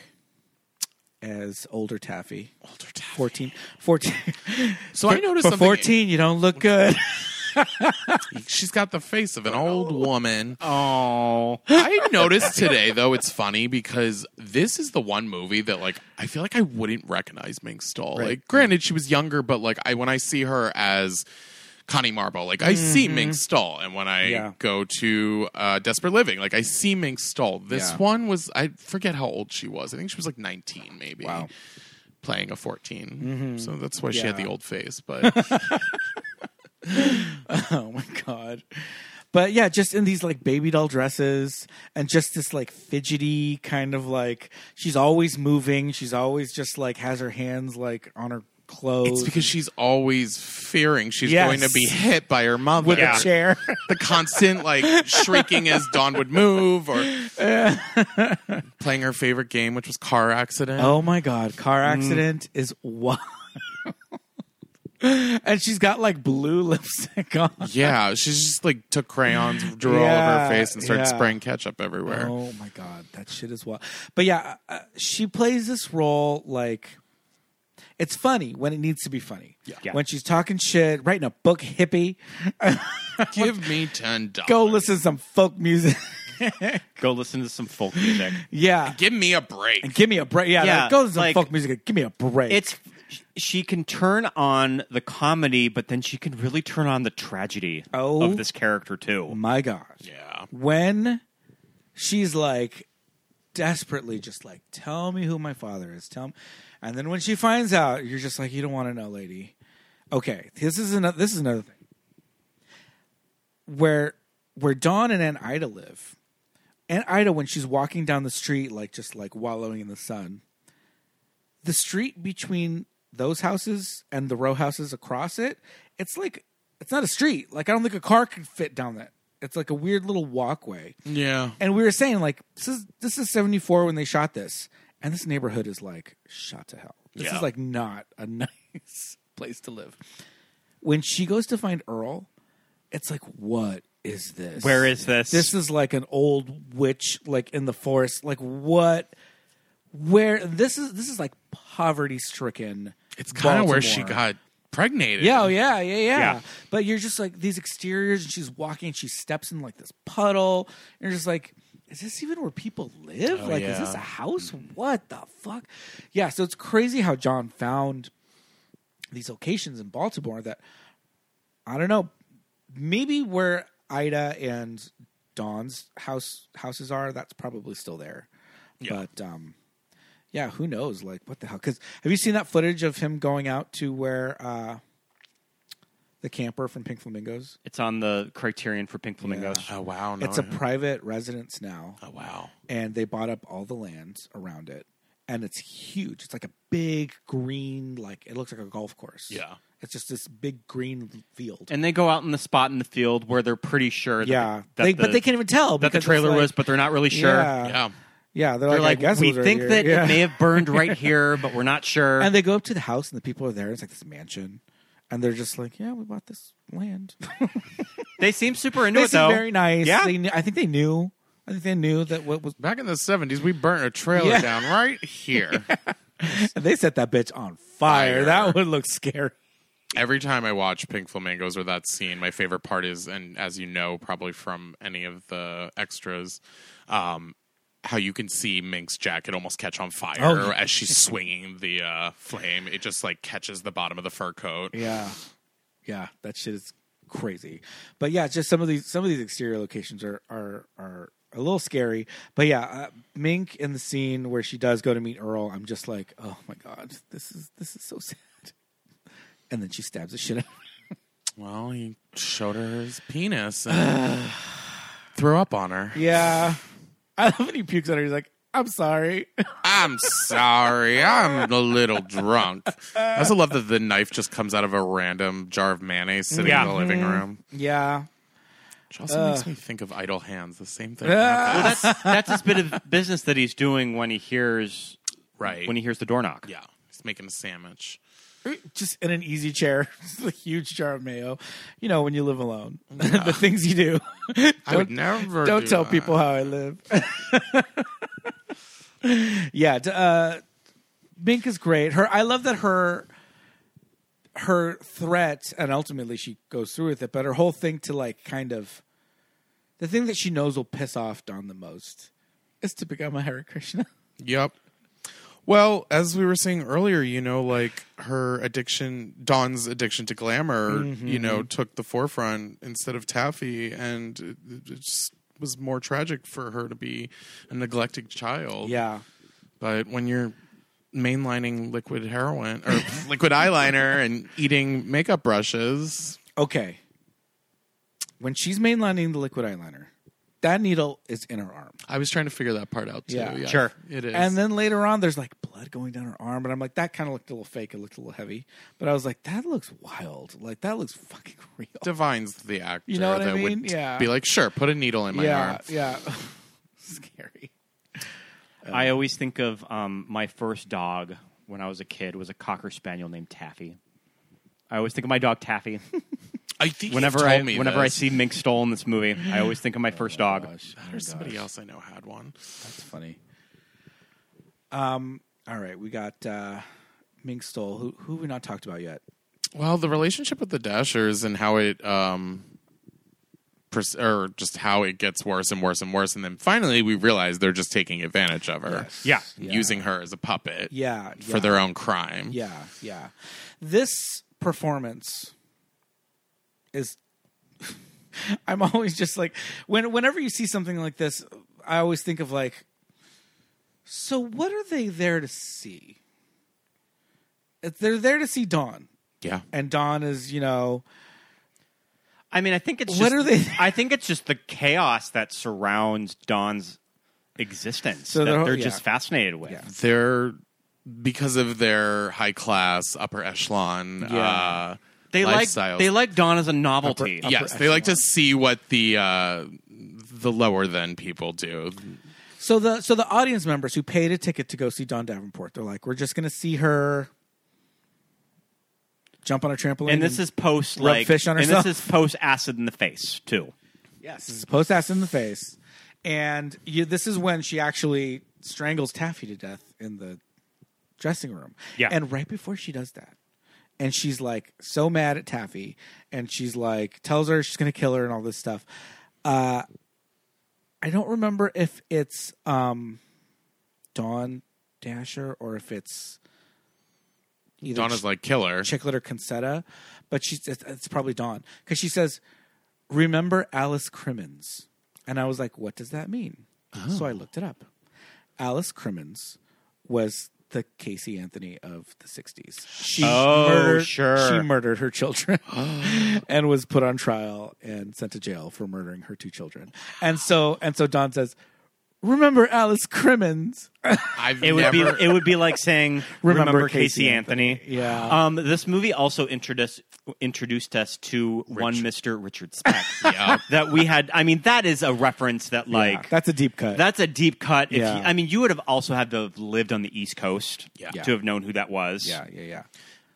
Speaker 4: as older Taffy. Older Taffy. 14. 14.
Speaker 6: So I noticed
Speaker 4: For
Speaker 6: something-
Speaker 4: 14, you don't look good.
Speaker 6: She's got the face of an old woman.
Speaker 5: Oh,
Speaker 6: I noticed today though it's funny because this is the one movie that like I feel like I wouldn't recognize Ming Stoll. Like granted she was younger but like I when I see her as Connie Marble, like I see Ming Stoll and when I
Speaker 4: Mm-hmm. Yeah.
Speaker 6: go to uh, Desperate Living, like I see Ming Stoll. This
Speaker 4: Yeah.
Speaker 6: one was I forget how old she was. I think she was like 19 maybe.
Speaker 4: Wow. Mm-hmm.
Speaker 6: Playing a 14. So that's why she had
Speaker 4: Yeah.
Speaker 6: the old face, but
Speaker 4: oh my god but yeah just in these like baby doll dresses and just this like fidgety kind of like she's always moving she's always just like has her hands like on her clothes
Speaker 6: it's because she's always fearing she's
Speaker 4: Yes.
Speaker 6: going to be hit by her mother
Speaker 4: with
Speaker 5: Yeah.
Speaker 4: a chair
Speaker 6: the constant like shrieking as Dawn would move or playing her favorite game, which was car accident.
Speaker 4: oh my god car
Speaker 6: Mm.
Speaker 4: accident is wild and she's got like blue lipstick on
Speaker 6: Yeah, she just like took crayons, drew all
Speaker 4: Yeah,
Speaker 6: over her face, and started
Speaker 4: yeah.
Speaker 6: spraying ketchup everywhere.
Speaker 4: Oh my god, that shit is wild. But yeah, uh, she plays this role like it's funny when it needs to be funny.
Speaker 5: Yeah.
Speaker 4: When she's talking shit, writing a book, hippie.
Speaker 6: Give me ten dollars.
Speaker 4: Go listen to some folk music.
Speaker 5: go listen to some folk music.
Speaker 4: yeah.
Speaker 6: Give me a break.
Speaker 4: And give me a break. Yeah,
Speaker 5: Yeah,
Speaker 4: like, go listen
Speaker 5: like-
Speaker 4: to some folk music. and Give me a break.
Speaker 5: It's she can turn on the comedy, but then she can really turn on the tragedy
Speaker 4: Oh.
Speaker 5: of this character too.
Speaker 4: my god.
Speaker 6: Yeah.
Speaker 4: When she's like desperately just like tell me who my father is. Tell me. And then when she finds out, you're just like you don't want to know, lady. Okay, this is another this is another thing. Where where Dawn and Aunt Ida live. Aunt Ida when she's walking down the street like just like wallowing in the sun. the street between those houses and the row houses across it, it's like it's not a street. Like I don't think a car could fit down that. It's like a weird little walkway.
Speaker 6: Yeah.
Speaker 4: And we were saying like this is this is 74 when they shot this and this neighborhood is like shot to hell. This
Speaker 6: Yeah.
Speaker 4: is like not a nice place to live. When she goes to find Earl, it's like what is this?
Speaker 5: Where is this?
Speaker 4: This is like an old witch like in the forest. Like what where this is this is like poverty stricken. It's
Speaker 6: Kind of where she got pregnated.
Speaker 4: yeah, oh, yeah, yeah, yeah,
Speaker 6: Yeah.
Speaker 4: But you're just like these exteriors, and she's walking, and she steps in like this puddle, and you're just like, is this even where people live?
Speaker 6: Oh,
Speaker 4: like, is
Speaker 6: yeah.
Speaker 4: this a house? What the fuck? Yeah. So it's crazy how John found these locations in Baltimore that I don't know, maybe where Ida and Dawn's house houses are. That's probably still there, but um. Yeah, who knows? Like, what the hell? Because have you seen that footage of him going out to where uh, the camper from Pink Flamingos?
Speaker 5: It's on the criterion for Pink Flamingos.
Speaker 6: Oh wow!
Speaker 4: it's a private residence now.
Speaker 6: Oh wow!
Speaker 4: And they bought up all the lands around it, and it's huge. It's like a big green, like it looks like a golf course.
Speaker 5: Yeah.
Speaker 4: it's just this big green field.
Speaker 5: and they go out in the spot in the field where they're pretty sure. That
Speaker 4: Yeah.
Speaker 5: that
Speaker 4: They-
Speaker 5: the,
Speaker 4: but they can't even tell
Speaker 5: that the
Speaker 4: because it's
Speaker 5: trailer
Speaker 4: like-
Speaker 5: was, but they're not really sure.
Speaker 4: Yeah. Yeah, they're,
Speaker 5: They're
Speaker 4: like,
Speaker 5: like,
Speaker 4: I guess it
Speaker 5: we
Speaker 4: was right
Speaker 5: think
Speaker 4: here."
Speaker 5: that
Speaker 4: Yeah.
Speaker 5: it may have burned right here, but we're not sure.
Speaker 4: And they go up to the house, and the people are there. It's like this mansion, and they're just like, "Yeah, we bought this land."
Speaker 5: they seem super into
Speaker 4: they
Speaker 5: it
Speaker 4: seem
Speaker 5: though.
Speaker 4: very nice.
Speaker 5: Yeah.
Speaker 4: They kn- I think they knew. I think they knew that what was
Speaker 6: back in the seventies. We burnt a trailer
Speaker 4: Yeah.
Speaker 6: down right here.
Speaker 4: they set that bitch on fire.
Speaker 6: Fire.
Speaker 4: That would look scary.
Speaker 6: Every time I watch Pink Flamingos or that scene, my favorite part is, and as you know, probably from any of the extras, um, how you can see Mink's jacket almost catch on fire
Speaker 4: Oh, yeah.
Speaker 6: as she's swinging the uh, flame. It just like catches the bottom of the fur coat.
Speaker 4: Yeah, yeah, that shit is crazy. But yeah, just some of these some of these exterior locations are are are a little scary. But yeah, uh, Mink in the scene where she does go to meet Earl, I'm just like, oh my god, this is this is so sad. And then she stabs the shit out.
Speaker 6: Well, he showed her his penis and threw up on her.
Speaker 4: Yeah, I love when he pukes on her. He's like, I'm sorry.
Speaker 6: I'm sorry, I'm a little drunk. I also love that the knife just comes out of a random jar of mayonnaise sitting in the living room.
Speaker 4: Yeah.
Speaker 6: Which also
Speaker 4: Uh.
Speaker 6: makes me think of idle hands. The same thing.
Speaker 5: well, that's that's his bit of business that he's doing when he hears
Speaker 6: right
Speaker 5: when he hears the door knock.
Speaker 6: Yeah, he's making a sandwich.
Speaker 4: just in an easy chair, just a huge jar of mayo. You know, when you live alone, the things you do.
Speaker 6: I would
Speaker 4: Don't-
Speaker 6: never
Speaker 4: Don't
Speaker 6: do
Speaker 4: tell
Speaker 6: that.
Speaker 4: people how I live. yeah, d- uh, Mink is great. Her, I love that her her threat, and ultimately she goes through with it. But her whole thing to like kind of the thing that she knows will piss off Don the most is to become a Hare Krishna.
Speaker 6: Yep. Well, as we were saying earlier, you know, like her addiction, Dawn's addiction to glamour, you know, took the forefront instead of Taffy, and it, it just was more tragic for her to be a neglected child.
Speaker 4: Yeah.
Speaker 6: But when you're mainlining liquid heroin or liquid eyeliner and eating makeup brushes,
Speaker 4: Okay. When she's mainlining the liquid eyeliner, that needle is in her arm.
Speaker 6: I was trying to figure that part out too.
Speaker 4: Yeah.
Speaker 6: Yeah,
Speaker 4: Sure.
Speaker 6: It is.
Speaker 4: And then later on, there's like blood going down her arm, and I'm like, that kind of looked a little fake. It looked a little heavy, but I was like, that looks wild. Like that looks fucking real.
Speaker 6: Divines the actor
Speaker 4: You know what I
Speaker 6: that
Speaker 4: mean?
Speaker 6: would
Speaker 4: Yeah.
Speaker 6: be like, sure, put a needle in my
Speaker 4: yeah,
Speaker 6: arm.
Speaker 4: yeah. Scary.
Speaker 5: I always think of um, my first dog when I was a kid was a cocker spaniel named Taffy. I always think of my dog Taffy.
Speaker 6: I think
Speaker 5: whenever
Speaker 6: you've told
Speaker 5: I
Speaker 6: me
Speaker 5: whenever I
Speaker 6: this. Oh,
Speaker 5: see Mink Stoll in this movie, I always think of my first dog.
Speaker 6: There's somebody else I know had one.
Speaker 4: That's funny. Um. All right, we got uh, Ming Stoll, who who we not talked about yet.
Speaker 6: Well, the relationship with the Dashers and how it, um, pers- or just how it gets worse and worse and worse, and then finally we realize they're just taking advantage of her.
Speaker 5: Yeah.
Speaker 6: using her as a puppet.
Speaker 4: Yeah, yeah.
Speaker 6: for their own crime.
Speaker 4: Yeah, yeah. This performance is. I'm always just like when whenever you see something like this, I always think of like. So what are they there to see? If They're there to see Dawn,
Speaker 6: yeah.
Speaker 4: and Dawn is you know
Speaker 5: I mean, I think it's
Speaker 4: What
Speaker 5: just,
Speaker 4: are they-
Speaker 5: I think it's just the chaos that surrounds Dawn's existence
Speaker 4: So
Speaker 5: that
Speaker 4: they're-
Speaker 5: they're
Speaker 4: yeah.
Speaker 5: just fascinated with.
Speaker 6: they're because of their high class, upper echelon.
Speaker 5: Yeah.
Speaker 6: Uh,
Speaker 5: They like
Speaker 6: lifestyles.
Speaker 5: they like Dawn as a novelty.
Speaker 6: yes, they like to see what the uh, the lower than people do.
Speaker 4: So the so the audience members who paid a ticket to go see Dawn Davenport, they're like, we're just going to see her jump on a trampoline,
Speaker 5: and this is post
Speaker 4: rub
Speaker 5: like
Speaker 4: fish on
Speaker 5: and
Speaker 4: herself.
Speaker 5: this is post acid in the face too.
Speaker 4: Yes, this is post ass in the face, and you, this is when she actually strangles Taffy to death in the dressing room.
Speaker 5: Yeah.
Speaker 4: and right before she does that, and she's like so mad at Taffy, and she's like tells her she's gonna kill her and all this stuff. Uh, I don't remember if it's um, Dawn Dasher or if it's either
Speaker 6: Donna's like killer.
Speaker 4: Chicklet or Concetta, but she's it's, it's probably Dawn because she says, "Remember Alice Crimmins," and I was like, "What does that mean?"
Speaker 5: Oh.
Speaker 4: So I looked it up. Alice Crimmins was the Casey Anthony of the '60s. She
Speaker 5: Oh,
Speaker 4: murdered,
Speaker 5: sure. Oh.
Speaker 4: she murdered her children and was put on trial and sent to jail for murdering her two children. And so and so Dawn says, "Remember Alice Crimmins."
Speaker 6: I've
Speaker 5: It would
Speaker 6: never.
Speaker 5: be it would be like saying
Speaker 4: Remember
Speaker 5: remember,
Speaker 4: Casey
Speaker 5: Casey Anthony.
Speaker 4: Yeah.
Speaker 5: Um, this movie also introduced introduced us to one Mister Richard Speck
Speaker 6: yeah.
Speaker 5: that we had. I mean, that is a reference that like
Speaker 4: Yeah, that's a deep cut.
Speaker 5: That's a deep cut. If
Speaker 4: Yeah.
Speaker 5: you- I mean, you would have also had to have lived on the East Coast
Speaker 6: Yeah.
Speaker 5: to have known who that was.
Speaker 4: yeah, yeah, yeah.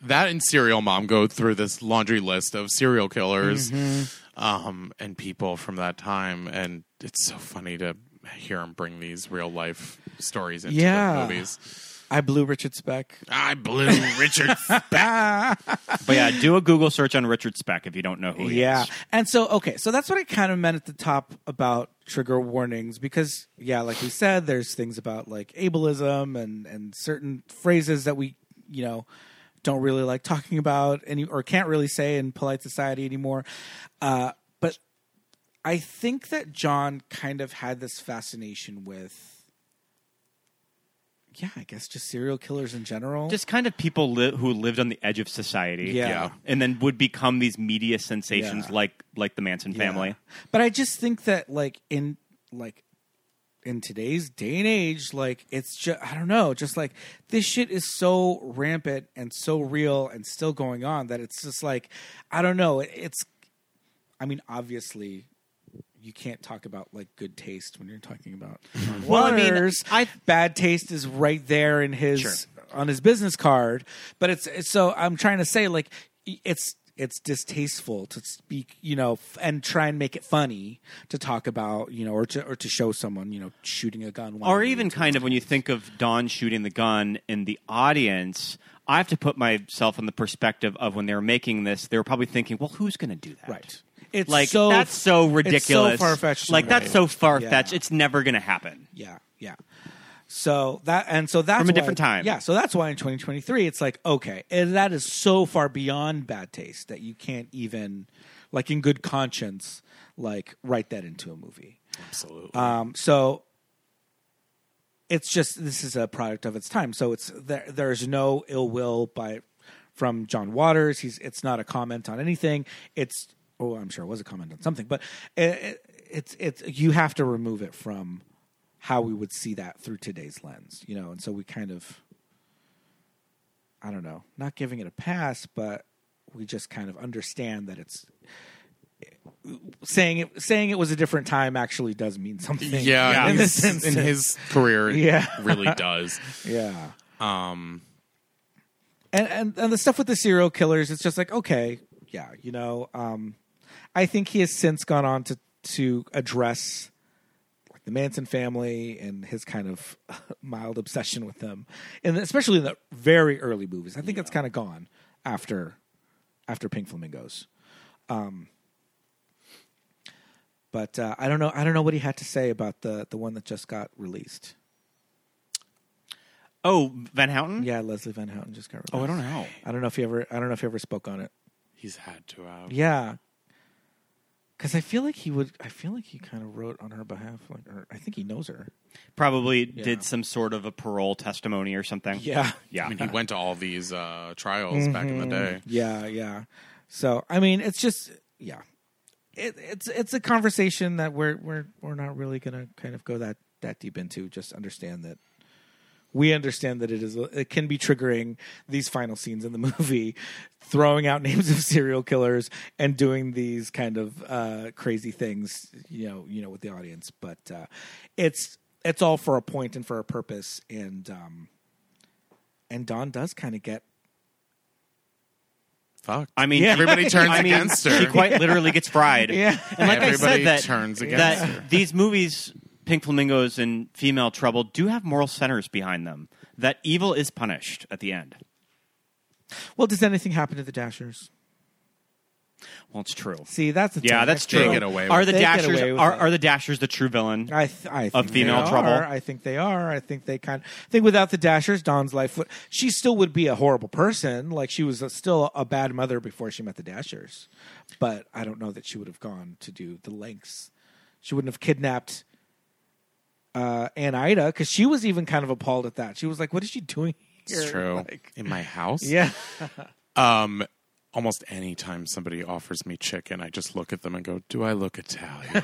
Speaker 6: That and Serial Mom go through this laundry list of serial killers
Speaker 5: Mm-hmm.
Speaker 6: um, and people from that time, and it's so funny to hear them bring these real life stories into
Speaker 4: Yeah.
Speaker 6: the movies.
Speaker 4: I blew Richard Speck.
Speaker 6: I blew Richard.
Speaker 5: But yeah, do a Google search on Richard Speck if you don't know who he
Speaker 4: yeah.
Speaker 5: is.
Speaker 4: And so, okay, so that's what I kind of meant at the top about trigger warnings because, yeah, like we said, there's things about like ableism and and certain phrases that we, you know, don't really like talking about any or can't really say in polite society anymore. Uh, but I think that John kind of had this fascination with, yeah, I guess just serial killers in general.
Speaker 5: Just kind of people li- who lived on the edge of society.
Speaker 4: Yeah. Yeah.
Speaker 5: And then would become these media sensations
Speaker 4: Yeah.
Speaker 5: like like the Manson family.
Speaker 4: But I just think that like in like in today's day and age, like it's just I don't know, just like this shit is so rampant and so real and still going on that it's just like I don't know. It, it's I mean, obviously you can't talk about like good taste when you're talking about John
Speaker 5: Well, I mean,
Speaker 4: Waters.
Speaker 5: I-
Speaker 4: bad taste is right there in his
Speaker 5: Sure.
Speaker 4: on his business card. But it's, it's so I'm trying to say like y- it's it's distasteful to speak, you know, f- and try and make it funny to talk about, you know, or to or to show someone, you know, shooting a gun,
Speaker 5: Or
Speaker 4: wildly.
Speaker 5: even kind of when you think of Don shooting the gun in the audience, I have to put myself in the perspective of when they were making this, they were probably thinking, well, who's going to do that?
Speaker 4: right. It's
Speaker 5: like
Speaker 4: so,
Speaker 5: that's so ridiculous.
Speaker 4: It's so far fetched.
Speaker 5: Like that's so far fetched.
Speaker 4: Yeah.
Speaker 5: It's never going to happen.
Speaker 4: Yeah, yeah. So that and so that's
Speaker 5: From a
Speaker 4: why-
Speaker 5: different time.
Speaker 4: Yeah, so that's why in 2023 it's like okay, and that is so far beyond bad taste that you can't even, like in good conscience, like write that into a movie.
Speaker 6: Absolutely.
Speaker 4: Um, so it's just this is a product of its time. So it's there. There's no ill will by from John Waters. He's it's not a comment on anything. It's oh, I'm sure it was a comment on something, but it, it, it's it's you have to remove it from how we would see that through today's lens, you know. And so we kind of I don't know, not giving it a pass, but we just kind of understand that it's saying it saying it was a different time actually does mean something.
Speaker 6: yeah,
Speaker 4: in
Speaker 6: in
Speaker 4: this
Speaker 6: his, in
Speaker 4: instance.
Speaker 6: his career, it
Speaker 4: Yeah.
Speaker 6: really does.
Speaker 4: yeah.
Speaker 6: Um,
Speaker 4: and and and the stuff with the serial killers, it's just like okay, yeah, you know. Um, I think he has since gone on to to address like the Manson family and his kind of mild obsession with them, and especially in the very early movies. I think it's kind of gone after after Pink Flamingos. Um, but uh, I don't know. I don't know what he had to say about the the one that just got released.
Speaker 5: Oh, Van Houten?
Speaker 4: Yeah, Leslie Van Houten just got released.
Speaker 5: Oh, I don't know.
Speaker 4: I don't know if he ever. I don't know if he ever spoke on it.
Speaker 6: he's had to have.
Speaker 4: Yeah. Cause I feel like he would I feel like he kind of wrote on her behalf, like or I think he knows her.
Speaker 5: Probably
Speaker 4: Yeah.
Speaker 5: did some sort of a parole testimony or something. Yeah. Mm-hmm.
Speaker 6: I mean, he went to all these uh, trials back in the day.
Speaker 4: Yeah, yeah. So I mean it's just yeah. It, it's it's a conversation that we're we're we're not really gonna kind of go that that deep into. Just understand that we understand that it is it can be triggering these final scenes in the movie throwing out names of serial killers and doing these kind of uh, crazy things you know you know with the audience but uh, it's it's all for a point and for a purpose and um and Don does kind of get
Speaker 6: Fuck.
Speaker 5: I mean,
Speaker 4: Yeah.
Speaker 6: Everybody turns
Speaker 5: I mean,
Speaker 6: against her.
Speaker 5: She quite literally gets fried.
Speaker 4: Yeah.
Speaker 5: And like
Speaker 6: Everybody
Speaker 5: I said, that,
Speaker 6: turns against
Speaker 5: that
Speaker 6: her.
Speaker 5: these movies, Pink Flamingos and Female Trouble, do have moral centers behind them. That evil is punished at the end.
Speaker 4: well does anything happen to the dashers
Speaker 5: Well, it's true.
Speaker 4: see that's the
Speaker 5: yeah,
Speaker 4: thing.
Speaker 5: that's
Speaker 4: I feel-
Speaker 5: true. Are the
Speaker 4: They get
Speaker 5: dashers
Speaker 4: away with
Speaker 5: are,
Speaker 4: it.
Speaker 5: are the dashers the true villain?
Speaker 4: I, th- I think
Speaker 5: of female
Speaker 4: they
Speaker 5: trouble.
Speaker 4: Are. I think they are. I think they kind. I think without the Dashers, Dawn's life would. She still would be a horrible person. Like she was a, still a bad mother before she met the Dashers, but I don't know that she would have gone to do the links. She wouldn't have kidnapped uh, Aunt Ida because she was even kind of appalled at that. She was like, "What is she doing?" Here?
Speaker 6: It's true.
Speaker 4: Like-
Speaker 6: In my house?
Speaker 4: Yeah.
Speaker 6: Um, almost any time somebody offers me chicken, I just look at them and go, "Do I look Italian?"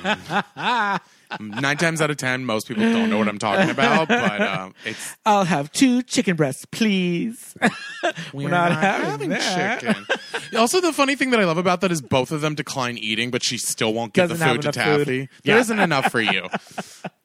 Speaker 6: Nine times out of ten, most people don't know what I'm talking about, but um, it's
Speaker 4: I'll have two chicken breasts, please. We're, not, having, that.
Speaker 6: chicken. also, the funny thing that I love about that is both of them decline eating, but she still won't give
Speaker 4: Doesn't
Speaker 6: the
Speaker 4: have
Speaker 6: food to
Speaker 4: enough food.
Speaker 6: Taffy. There
Speaker 4: Yeah.
Speaker 6: isn't enough for you.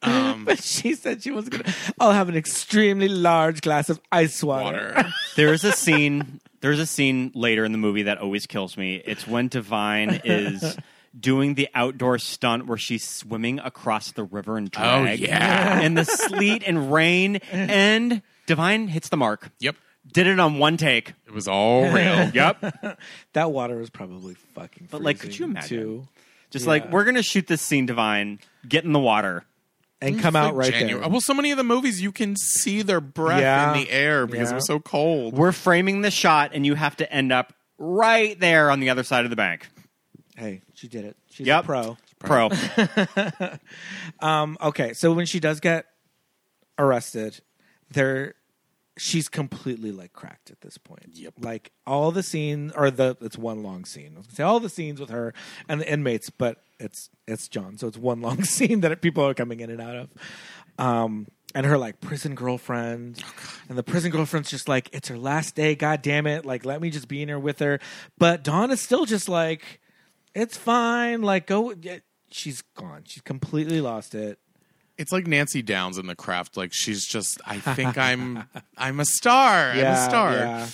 Speaker 6: Um,
Speaker 4: But she said she was gonna. I'll have an extremely large glass of ice water.
Speaker 5: there is a scene there's a scene later in the movie that always kills me it's when divine is doing the outdoor stunt where she's swimming across the river in
Speaker 4: Oh,
Speaker 5: drag
Speaker 6: yeah.
Speaker 5: in the sleet and rain and divine hits the mark
Speaker 6: yep,
Speaker 5: did it on one take
Speaker 6: it was all real.
Speaker 5: yep
Speaker 4: That water was probably fucking.
Speaker 5: But, like, could
Speaker 4: freezing,
Speaker 5: you imagine?
Speaker 4: too.
Speaker 5: just
Speaker 4: Yeah.
Speaker 5: like we're gonna shoot this scene divine get in the water
Speaker 4: and come out right
Speaker 6: Genuine-
Speaker 4: there?
Speaker 6: Well, so many of the movies you can see their breath
Speaker 4: Yeah.
Speaker 6: in the air because
Speaker 4: Yeah.
Speaker 6: it was so cold.
Speaker 5: we're framing the shot and you have to end up right there on the other side of the bank
Speaker 4: Hey, she did it. She's
Speaker 5: Yep.
Speaker 4: a pro.
Speaker 5: pro
Speaker 4: Um, okay, so when she does get arrested, there, she's completely like cracked at this point. Yep. Like all the scenes, or the it's one long scene. I was gonna say all the scenes with her and the inmates, but it's it's John, so it's one long scene that people are coming in and out of. Um, and her like prison girlfriend, and the prison girlfriend's just like, it's her last day. God damn it! Like, let me just be in here with her. But Dawn is still just like. it's fine. Like, go. yeah, She's gone. She's completely lost it.
Speaker 6: It's like Nancy Downs in The Craft. Like she's just, I think I'm, I'm a star. I'm a star.
Speaker 4: Yeah.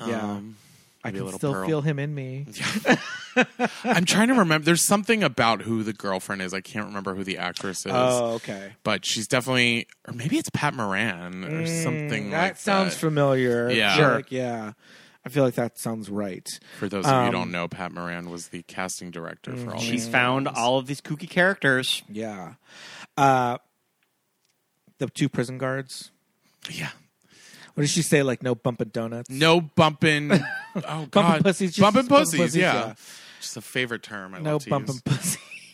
Speaker 4: yeah. I
Speaker 6: Um, maybe a
Speaker 4: can
Speaker 6: little
Speaker 4: still
Speaker 6: pearl.
Speaker 4: feel him in me. Oh,
Speaker 6: I'm trying to remember. There's something about who the girlfriend is. I can't remember who the actress is,
Speaker 4: Oh, okay.
Speaker 6: but she's definitely, or maybe it's Pat Moran or something.
Speaker 4: Mm, that
Speaker 6: like
Speaker 4: sounds
Speaker 6: that.
Speaker 4: familiar.
Speaker 6: Yeah.
Speaker 4: I feel
Speaker 6: Sure.
Speaker 4: Like, yeah. I feel like that sounds right.
Speaker 6: For those of you who
Speaker 4: Um, mm,
Speaker 6: don't know, Pat Moran was the casting director for all
Speaker 5: she's
Speaker 6: these.
Speaker 5: found all of these kooky characters
Speaker 4: Yeah. Uh, the two prison guards.
Speaker 6: Yeah.
Speaker 4: What did she say? Like no bumping donuts.
Speaker 6: No bumping. Oh God,
Speaker 4: pussies, just
Speaker 6: Bumping
Speaker 4: bumping
Speaker 6: pussies.
Speaker 4: pussies,
Speaker 6: yeah.
Speaker 4: yeah.
Speaker 6: just a favorite term. I
Speaker 4: no
Speaker 6: love to
Speaker 4: bumping
Speaker 6: use.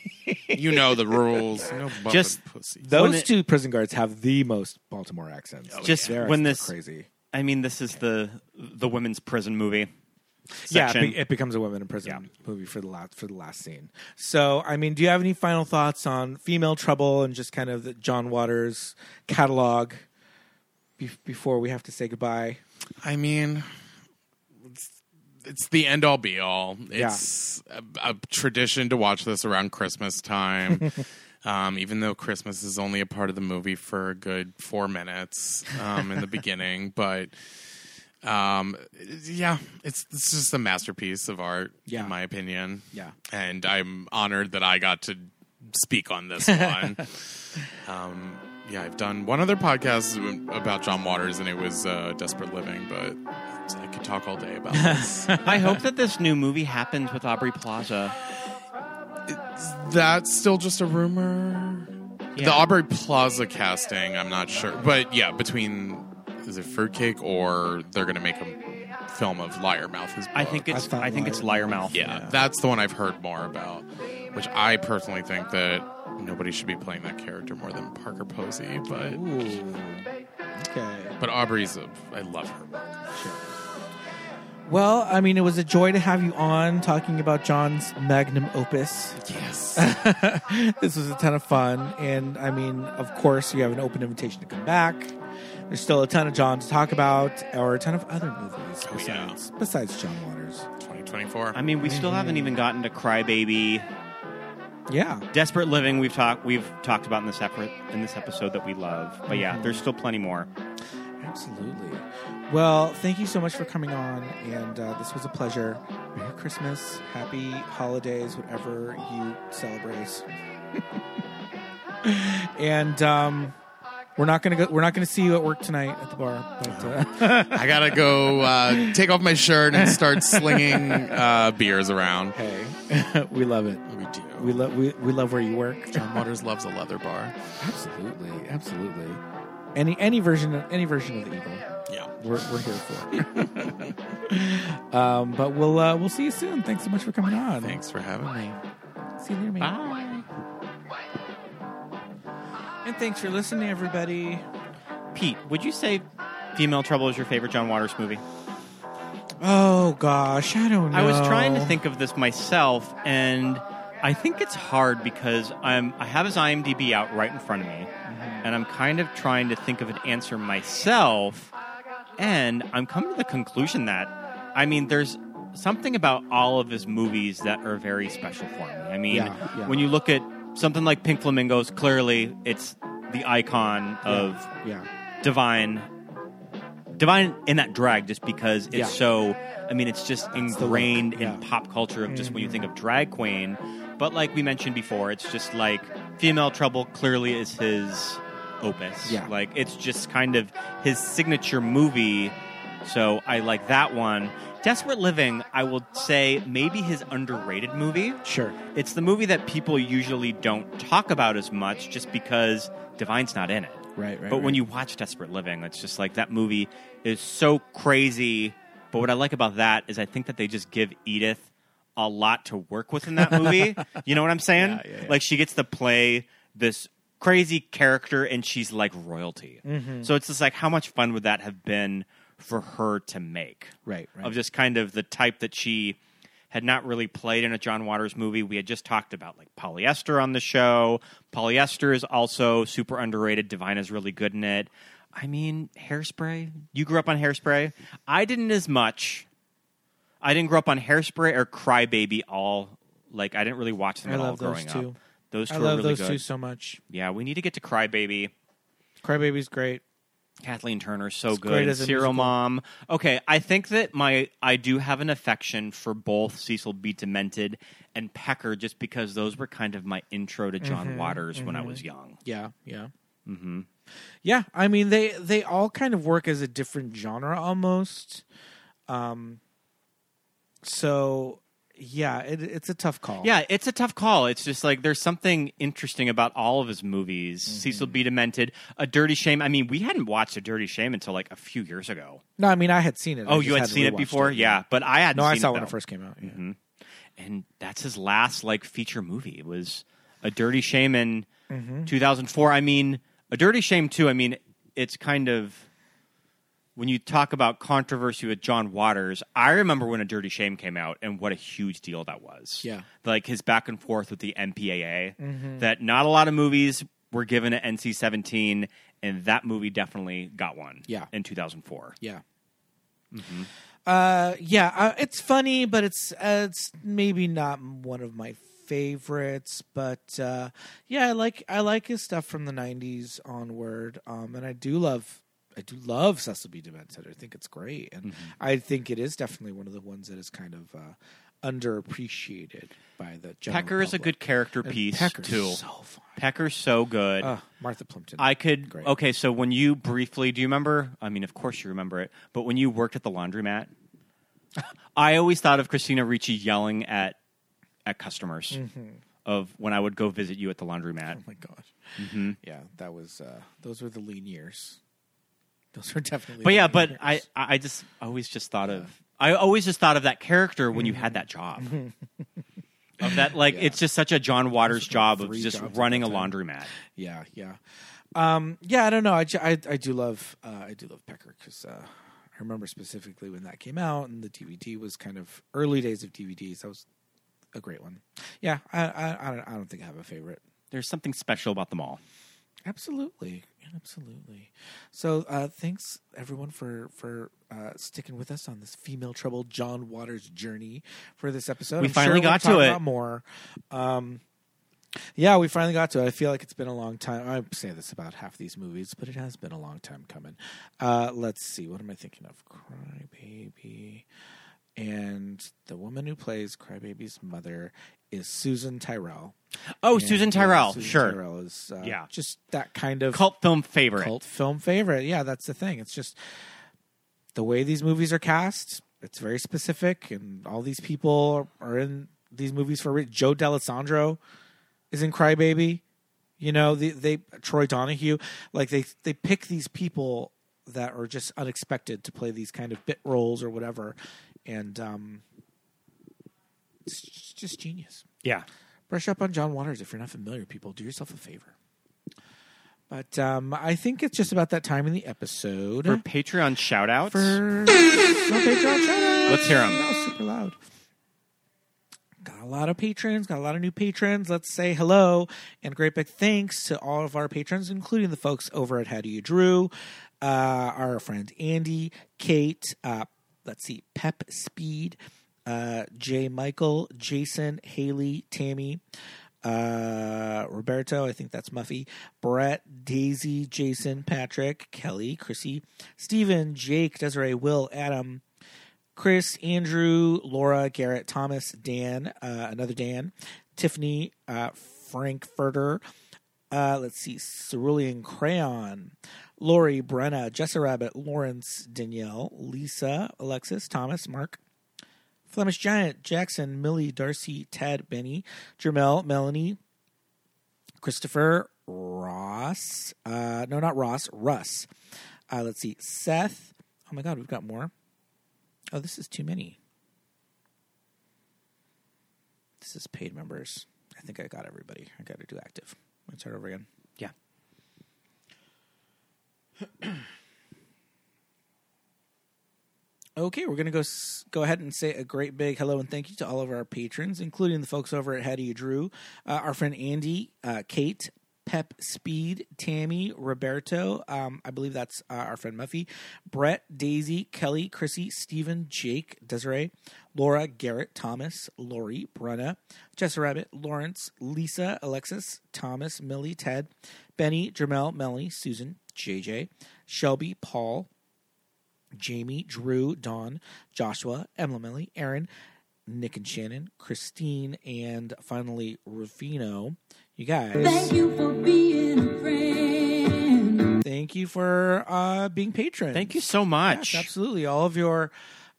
Speaker 4: pussy.
Speaker 6: You know the rules. No bumping
Speaker 5: Just-
Speaker 6: pussies.
Speaker 4: Those
Speaker 5: When it-
Speaker 4: two prison guards have the most Baltimore accents.
Speaker 6: Oh,
Speaker 5: Just
Speaker 4: Their
Speaker 5: when
Speaker 4: accents are
Speaker 5: this-
Speaker 4: crazy.
Speaker 5: I mean, this is the the women's prison movie.
Speaker 4: Yeah,
Speaker 5: section.
Speaker 4: it, be- it becomes a women in prison movie for the last for the last scene. So, I mean, do you have any final thoughts on female trouble and just kind of the John Waters catalog be- before we have to say goodbye?
Speaker 6: I mean, it's, it's the end all be all. It's a, a tradition to watch this around Christmas time. Um, even though Christmas is only a part of the movie for a good four minutes um, in the beginning, but um, yeah, it's it's just a masterpiece of art,
Speaker 4: Yeah.
Speaker 6: in my opinion.
Speaker 4: Yeah.
Speaker 6: and I'm honored that I got to speak on this one. um, yeah, I've done one other podcast about John Waters, and it was uh, Desperate Living, but I could talk all day about this.
Speaker 5: I hope that this new movie happens with Aubrey Plaza.
Speaker 6: That's still just a rumor. The Aubrey Plaza casting, I'm not sure, but yeah, between is it Fruitcake or they're going to make a film of Liar Mouth? Is
Speaker 5: I think it's
Speaker 4: thought
Speaker 5: I, think it's Liar Mouth.
Speaker 6: Yeah, that's the one I've heard more about, which I personally think that nobody should be playing that character more than Parker Posey. But
Speaker 4: Ooh. Okay.
Speaker 6: but Aubrey's, a, I love her.
Speaker 4: Well, I mean, it was a joy to have you on talking about John's magnum opus.
Speaker 6: Yes,
Speaker 4: this was a ton of fun, and I mean, of course, you have an open invitation to come back. There's still a ton of John to talk about, or a ton of other movies
Speaker 6: Oh,
Speaker 4: besides besides John Waters.
Speaker 6: 2024.
Speaker 5: I mean, we still haven't even gotten to Crybaby.
Speaker 4: Yeah.
Speaker 5: Desperate Living we've talked we've talked about in this separate in this episode that we love. But yeah,
Speaker 4: Mhm.
Speaker 5: there's still plenty more.
Speaker 4: Absolutely. Well, thank you so much for coming on, and uh, this was a pleasure. Merry Christmas, happy holidays, whatever you celebrate. and um, we're not gonna go. We're not gonna see you at work tonight at the bar. But, uh,
Speaker 6: I gotta go uh, take off my shirt and start slinging uh, beers around.
Speaker 4: Hey, we love it.
Speaker 6: We do.
Speaker 4: We love we, we love where you work.
Speaker 6: John Waters loves a leather bar.
Speaker 4: Absolutely, absolutely. Any any version of any version of the eagle.
Speaker 6: Yeah,
Speaker 4: we're we're here for. it. um, but we'll uh, we'll see you soon. Thanks so much for coming on.
Speaker 6: Thanks for having me.
Speaker 4: See you later, mate.
Speaker 5: Bye.
Speaker 4: And thanks for listening, everybody.
Speaker 5: Pete, would you say Female Trouble is your favorite John Waters movie?
Speaker 4: Oh gosh, I don't know.
Speaker 5: I was trying to think of this myself, and I think it's hard because I'm I have his IMDb out right in front of me,
Speaker 4: Mm-hmm.
Speaker 5: and I'm kind of trying to think of an answer myself, and I'm coming to the conclusion that I mean there's something about all of his movies that are very special for me. I mean,
Speaker 4: Yeah, yeah.
Speaker 5: when you look at something like Pink Flamingos, clearly it's the icon of
Speaker 4: Yeah.
Speaker 5: divine divine in that drag just because it's
Speaker 4: Yeah.
Speaker 5: so i mean it's just ingrained in
Speaker 4: yeah. Mm-hmm.
Speaker 5: pop culture of just when you think of drag queen but like we mentioned before it's just like female trouble clearly is his opus
Speaker 4: Yeah.
Speaker 5: like it's just kind of his signature movie so i like that one desperate living i will say maybe his underrated movie
Speaker 4: Sure.
Speaker 5: it's the movie that people usually don't talk about as much just because divine's not in it
Speaker 4: Right, right.
Speaker 5: but when
Speaker 4: right.
Speaker 5: you watch Desperate Living, it's just like that movie is so crazy. But what I like about that is I think that they just give Edith a lot to work with in that movie. you know what I'm saying? Like she gets to play this crazy character and she's like royalty.
Speaker 4: Mhm.
Speaker 5: So it's just like how much fun would that have been for her to make?
Speaker 4: right, right.
Speaker 5: of just kind of the type that she had not really played in a John Waters movie. We had just talked about like polyester on the show. Polyester is also super underrated. Divine is really good in it. I mean, hairspray. You grew up on hairspray. I didn't as much. I didn't grow up on hairspray or crybaby all like I didn't really watch them
Speaker 4: I
Speaker 5: at all
Speaker 4: love those
Speaker 5: growing
Speaker 4: two.
Speaker 5: up. Those two
Speaker 4: I
Speaker 5: are
Speaker 4: love
Speaker 5: really
Speaker 4: those
Speaker 5: good.
Speaker 4: two so much.
Speaker 5: Yeah, we need to get to crybaby.
Speaker 4: Crybaby's great.
Speaker 5: Kathleen Turner, so
Speaker 4: It's
Speaker 5: good.
Speaker 4: great as a
Speaker 5: Serial
Speaker 4: musical.
Speaker 5: Mom. Okay, I think that my I do have an affection for both Cecil B. Demented and Pecker, just because those were kind of my intro to John
Speaker 4: Mhm,
Speaker 5: Waters when I
Speaker 4: mhm.
Speaker 5: was young.
Speaker 4: Yeah, yeah.
Speaker 5: hmm
Speaker 4: Yeah, I mean they they all kind of work as a different genre almost. Um so yeah, it, it's a tough call.
Speaker 5: Yeah, it's a tough call. It's just like there's something interesting about all of his movies.
Speaker 4: Mm-hmm.
Speaker 5: Cecil B. Demented, A Dirty Shame. I mean, we hadn't watched A Dirty Shame until like a few years ago.
Speaker 4: No, I mean I had seen it. I
Speaker 5: oh,
Speaker 4: just
Speaker 5: you had
Speaker 4: hadn't
Speaker 5: seen it
Speaker 4: rewatched
Speaker 5: before? Yeah, but I hadn't
Speaker 4: No, I
Speaker 5: seen
Speaker 4: saw
Speaker 5: it,
Speaker 4: it when it
Speaker 5: though.
Speaker 4: first came out. yeah.
Speaker 5: hmm And that's his last like feature movie. It was A Dirty Shame in
Speaker 4: Mhm.
Speaker 5: 2004. I mean, A Dirty Shame too. I mean, it's kind of when you talk about controversy with John Waters. I remember when A Dirty Shame came out and what a huge deal that was.
Speaker 4: Yeah.
Speaker 5: like his back and forth with the MPAA.
Speaker 4: Mhm.
Speaker 5: That not a lot of movies were given an NC-17, and that movie definitely got one.
Speaker 4: Yeah.
Speaker 5: in 2004.
Speaker 4: Yeah.
Speaker 5: hmm
Speaker 4: Uh, yeah, uh, it's funny, but it's uh, it's maybe not one of my favorites. But uh, yeah, I like I like his stuff from the '90s onward, um, and I do love I do love Cecil B. DeMille. I think it's great, and
Speaker 5: Mm-hmm.
Speaker 4: I think it is definitely one of the ones that is kind of uh, underappreciated by the general
Speaker 5: Pecker is a
Speaker 4: public.
Speaker 5: good character
Speaker 4: And
Speaker 5: piece
Speaker 4: Pecker's
Speaker 5: too.
Speaker 4: So fun.
Speaker 5: Pecker's so good.
Speaker 4: Uh, Martha Plimpton.
Speaker 5: I could
Speaker 4: Great.
Speaker 5: okay. So when you briefly, do you remember? I mean, of course you remember it. But when you worked at the laundromat, I always thought of Christina Ricci yelling at at customers
Speaker 4: Mhm.
Speaker 5: of when I would go visit you at the laundromat.
Speaker 4: Oh my gosh.
Speaker 5: hmm
Speaker 4: Yeah, that was uh, those were the lean years. Those were definitely.
Speaker 5: But
Speaker 4: the
Speaker 5: yeah,
Speaker 4: lean
Speaker 5: but
Speaker 4: years.
Speaker 5: I I I just always just thought of I always just thought of that character when you had that job. Of that, like
Speaker 4: Mm-hmm. Yeah.
Speaker 5: it's just such a John Waters job of
Speaker 4: three
Speaker 5: just
Speaker 4: jobs at
Speaker 5: running a
Speaker 4: that time.
Speaker 5: laundromat.
Speaker 4: Yeah, yeah, um, yeah. I don't know. I, ju- I, I do love uh, I do love Pecker because uh, I remember specifically when that came out and the DVD was kind of early days of DVDs. That was a great one. Yeah, I I, I, don't, I don't think I have a favorite.
Speaker 5: There's something special about them all.
Speaker 4: Absolutely, Absolutely. So uh, thanks everyone for for uh, sticking with us on this female trouble John Waters journey for this episode.
Speaker 5: We finally got to
Speaker 4: talk
Speaker 5: it.
Speaker 4: about More. Um, yeah, we finally got to it. I feel like it's been a long time. I say this about half these movies, but it has been a long time coming. Uh, let's see. What am I thinking of? Crybaby. And the woman who plays Crybaby's mother is Susan Tyrell.
Speaker 5: Oh,
Speaker 4: And,
Speaker 5: Susan
Speaker 4: yeah,
Speaker 5: Tyrell,
Speaker 4: Susan
Speaker 5: sure.
Speaker 4: Tyrell is uh,
Speaker 5: Yeah.
Speaker 4: just that kind of
Speaker 5: Cult film favorite.
Speaker 4: cult film favorite. Yeah, that's the thing. It's just the way these movies are cast. It's very specific, and all these people are in these movies for a reason. Joe D'Alessandro is in Crybaby. You know, they, they Troy Donahue, like they they pick these people that are just unexpected to play these kind of bit roles or whatever, and um, it's just- just genius.
Speaker 5: Yeah.
Speaker 4: Brush up on John Waters if you're not familiar. People, do yourself a favor. But um, I think it's just about that time in the episode.
Speaker 5: For Patreon shout outs.
Speaker 4: No Patreon shout-outs.
Speaker 5: Let's hear 'em.
Speaker 4: No, super loud. Got a lot of patrons, got a lot of new patrons. Let's say hello and great big thanks to all of our patrons, including the folks over at How Do You Drew, uh, our friend Andy, Kate, uh, let's see, Pep Speed, uh, Jay Michael, Jason, Haley, Tammy, uh, Roberto, I think that's Muffy, Brett, Daisy, Jason, Patrick, Kelly, Chrissy, Steven, Jake, Desiree, Will, Adam, Chris, Andrew, Laura, Garrett, Thomas, Dan, uh, another Dan, Tiffany, uh, Frankfurter, uh, let's see, Cerulean Crayon, Lori, Brenna, Jessa Rabbit, Lawrence, Danielle, Lisa, Alexis, Thomas, Mark, Flemish Giant, Jackson, Millie, Darcy, Tad, Benny, Jermel, Melanie, Christopher, Ross. Uh, no, not Ross, Russ. Uh, let's see, Seth. Oh my God, we've got more. Oh, this is too many. This is paid members. I think I got everybody. I got to do active. Let's start over again. Yeah. Okay, we're gonna go s- go ahead and say a great big hello and thank you to all of our patrons, including the folks over at How Do You Drew, uh, our friend Andy, uh, Kate, Pep, Speed, Tammy, Roberto. Um, I believe that's uh, our friend Muffy, Brett, Daisy, Kelly, Chrissy, Stephen, Jake, Desiree, Laura, Garrett, Thomas, Lori, Brenna, Jessa Rabbit, Lawrence, Lisa, Alexis, Thomas, Millie, Ted, Benny, Jermel, Melanie, Susan, JJ, Shelby, Paul. Jamie, Drew, Dawn, Joshua, Emma Millie, Aaron, Nick and Shannon, Christine, and finally Rufino. You guys. Thank you for being a friend. Thank you for uh, being patrons.
Speaker 5: Thank you so much.
Speaker 4: Yes, absolutely. All of your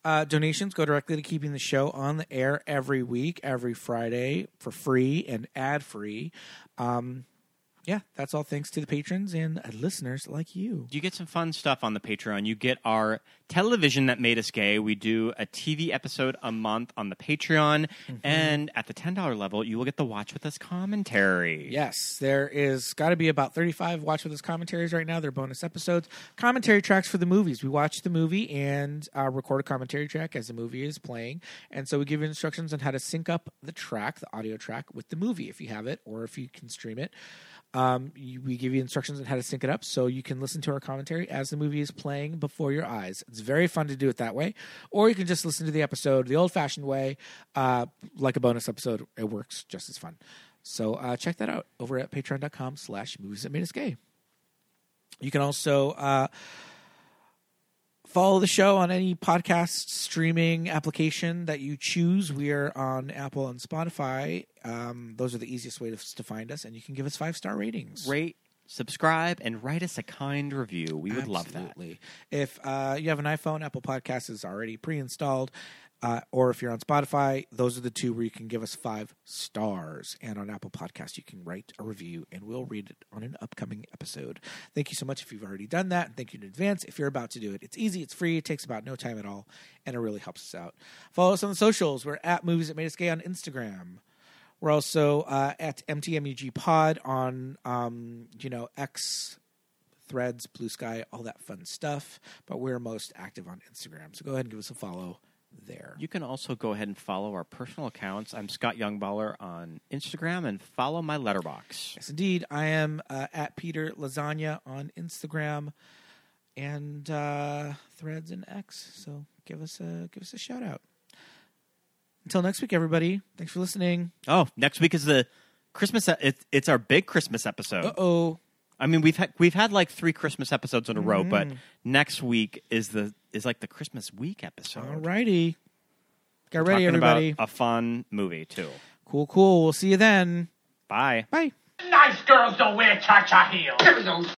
Speaker 4: uh, donations go directly to keeping the show on the air every week, every Friday for free and ad free. Um, yeah, that's all thanks to the patrons and uh, listeners like you.
Speaker 5: You get some fun stuff on the Patreon. You get our television that made us gay. We do a TV episode a month on the Patreon.
Speaker 4: Mm-hmm.
Speaker 5: And at the $10 level, you will get the Watch With Us commentary.
Speaker 4: Yes, there is got to be about 35 Watch With Us commentaries right now. They're bonus episodes. Commentary tracks for the movies. We watch the movie and uh, record a commentary track as the movie is playing. And so we give you instructions on how to sync up the track, the audio track, with the movie if you have it or if you can stream it. Um, you, we give you instructions on how to sync it up so you can listen to our commentary as the movie is playing before your eyes. It's very fun to do it that way. Or you can just listen to the episode the old fashioned way, uh, like a bonus episode. It works just as fun. So uh, check that out over at patreon.com slash movies that made us gay. You can also uh, follow the show on any podcast streaming application that you choose. We are on Apple and Spotify. Um, those are the easiest way to, to find us, and you can give us five star ratings.
Speaker 5: Rate, subscribe, and write us a kind review. We would love that.
Speaker 4: Absolutely. If uh, you have an iPhone, Apple Podcasts is already pre-installed. Uh, or if you're on Spotify, those are the two where you can give us five stars. And on Apple Podcasts, you can write a review and we'll read it on an upcoming episode. Thank you so much if you've already done that. And thank you in advance if you're about to do it. It's easy, it's free, it takes about no time at all, and it really helps us out. Follow us on the socials. We're at Movies That Made Us Gay on Instagram. We're also uh, at MTMUG Pod on, um, you know, X, Threads, Blue Sky, all that fun stuff. But we're most active on Instagram. So go ahead and give us a follow there.
Speaker 5: You can also go ahead and follow our personal accounts. I'm Scott Youngballer on Instagram and follow my letterbox.
Speaker 4: Yes, indeed. I am uh, at Peter Lasagna on Instagram and uh, Threads and X. So give us a give us a shout out. Until next week, everybody. Thanks for listening.
Speaker 5: Oh, next week is the Christmas. e- It, it's our big Christmas episode.
Speaker 4: Uh oh.
Speaker 5: I mean, we've had we've had like three Christmas episodes in a row, but
Speaker 4: Mhm.
Speaker 5: next week is the is like the Christmas week episode.
Speaker 4: All righty. Get
Speaker 5: Talking
Speaker 4: ready, everybody.
Speaker 5: About a fun movie too.
Speaker 4: Cool, cool. We'll see you then.
Speaker 5: Bye.
Speaker 4: Bye.
Speaker 13: Nice girls don't wear cha-cha heels.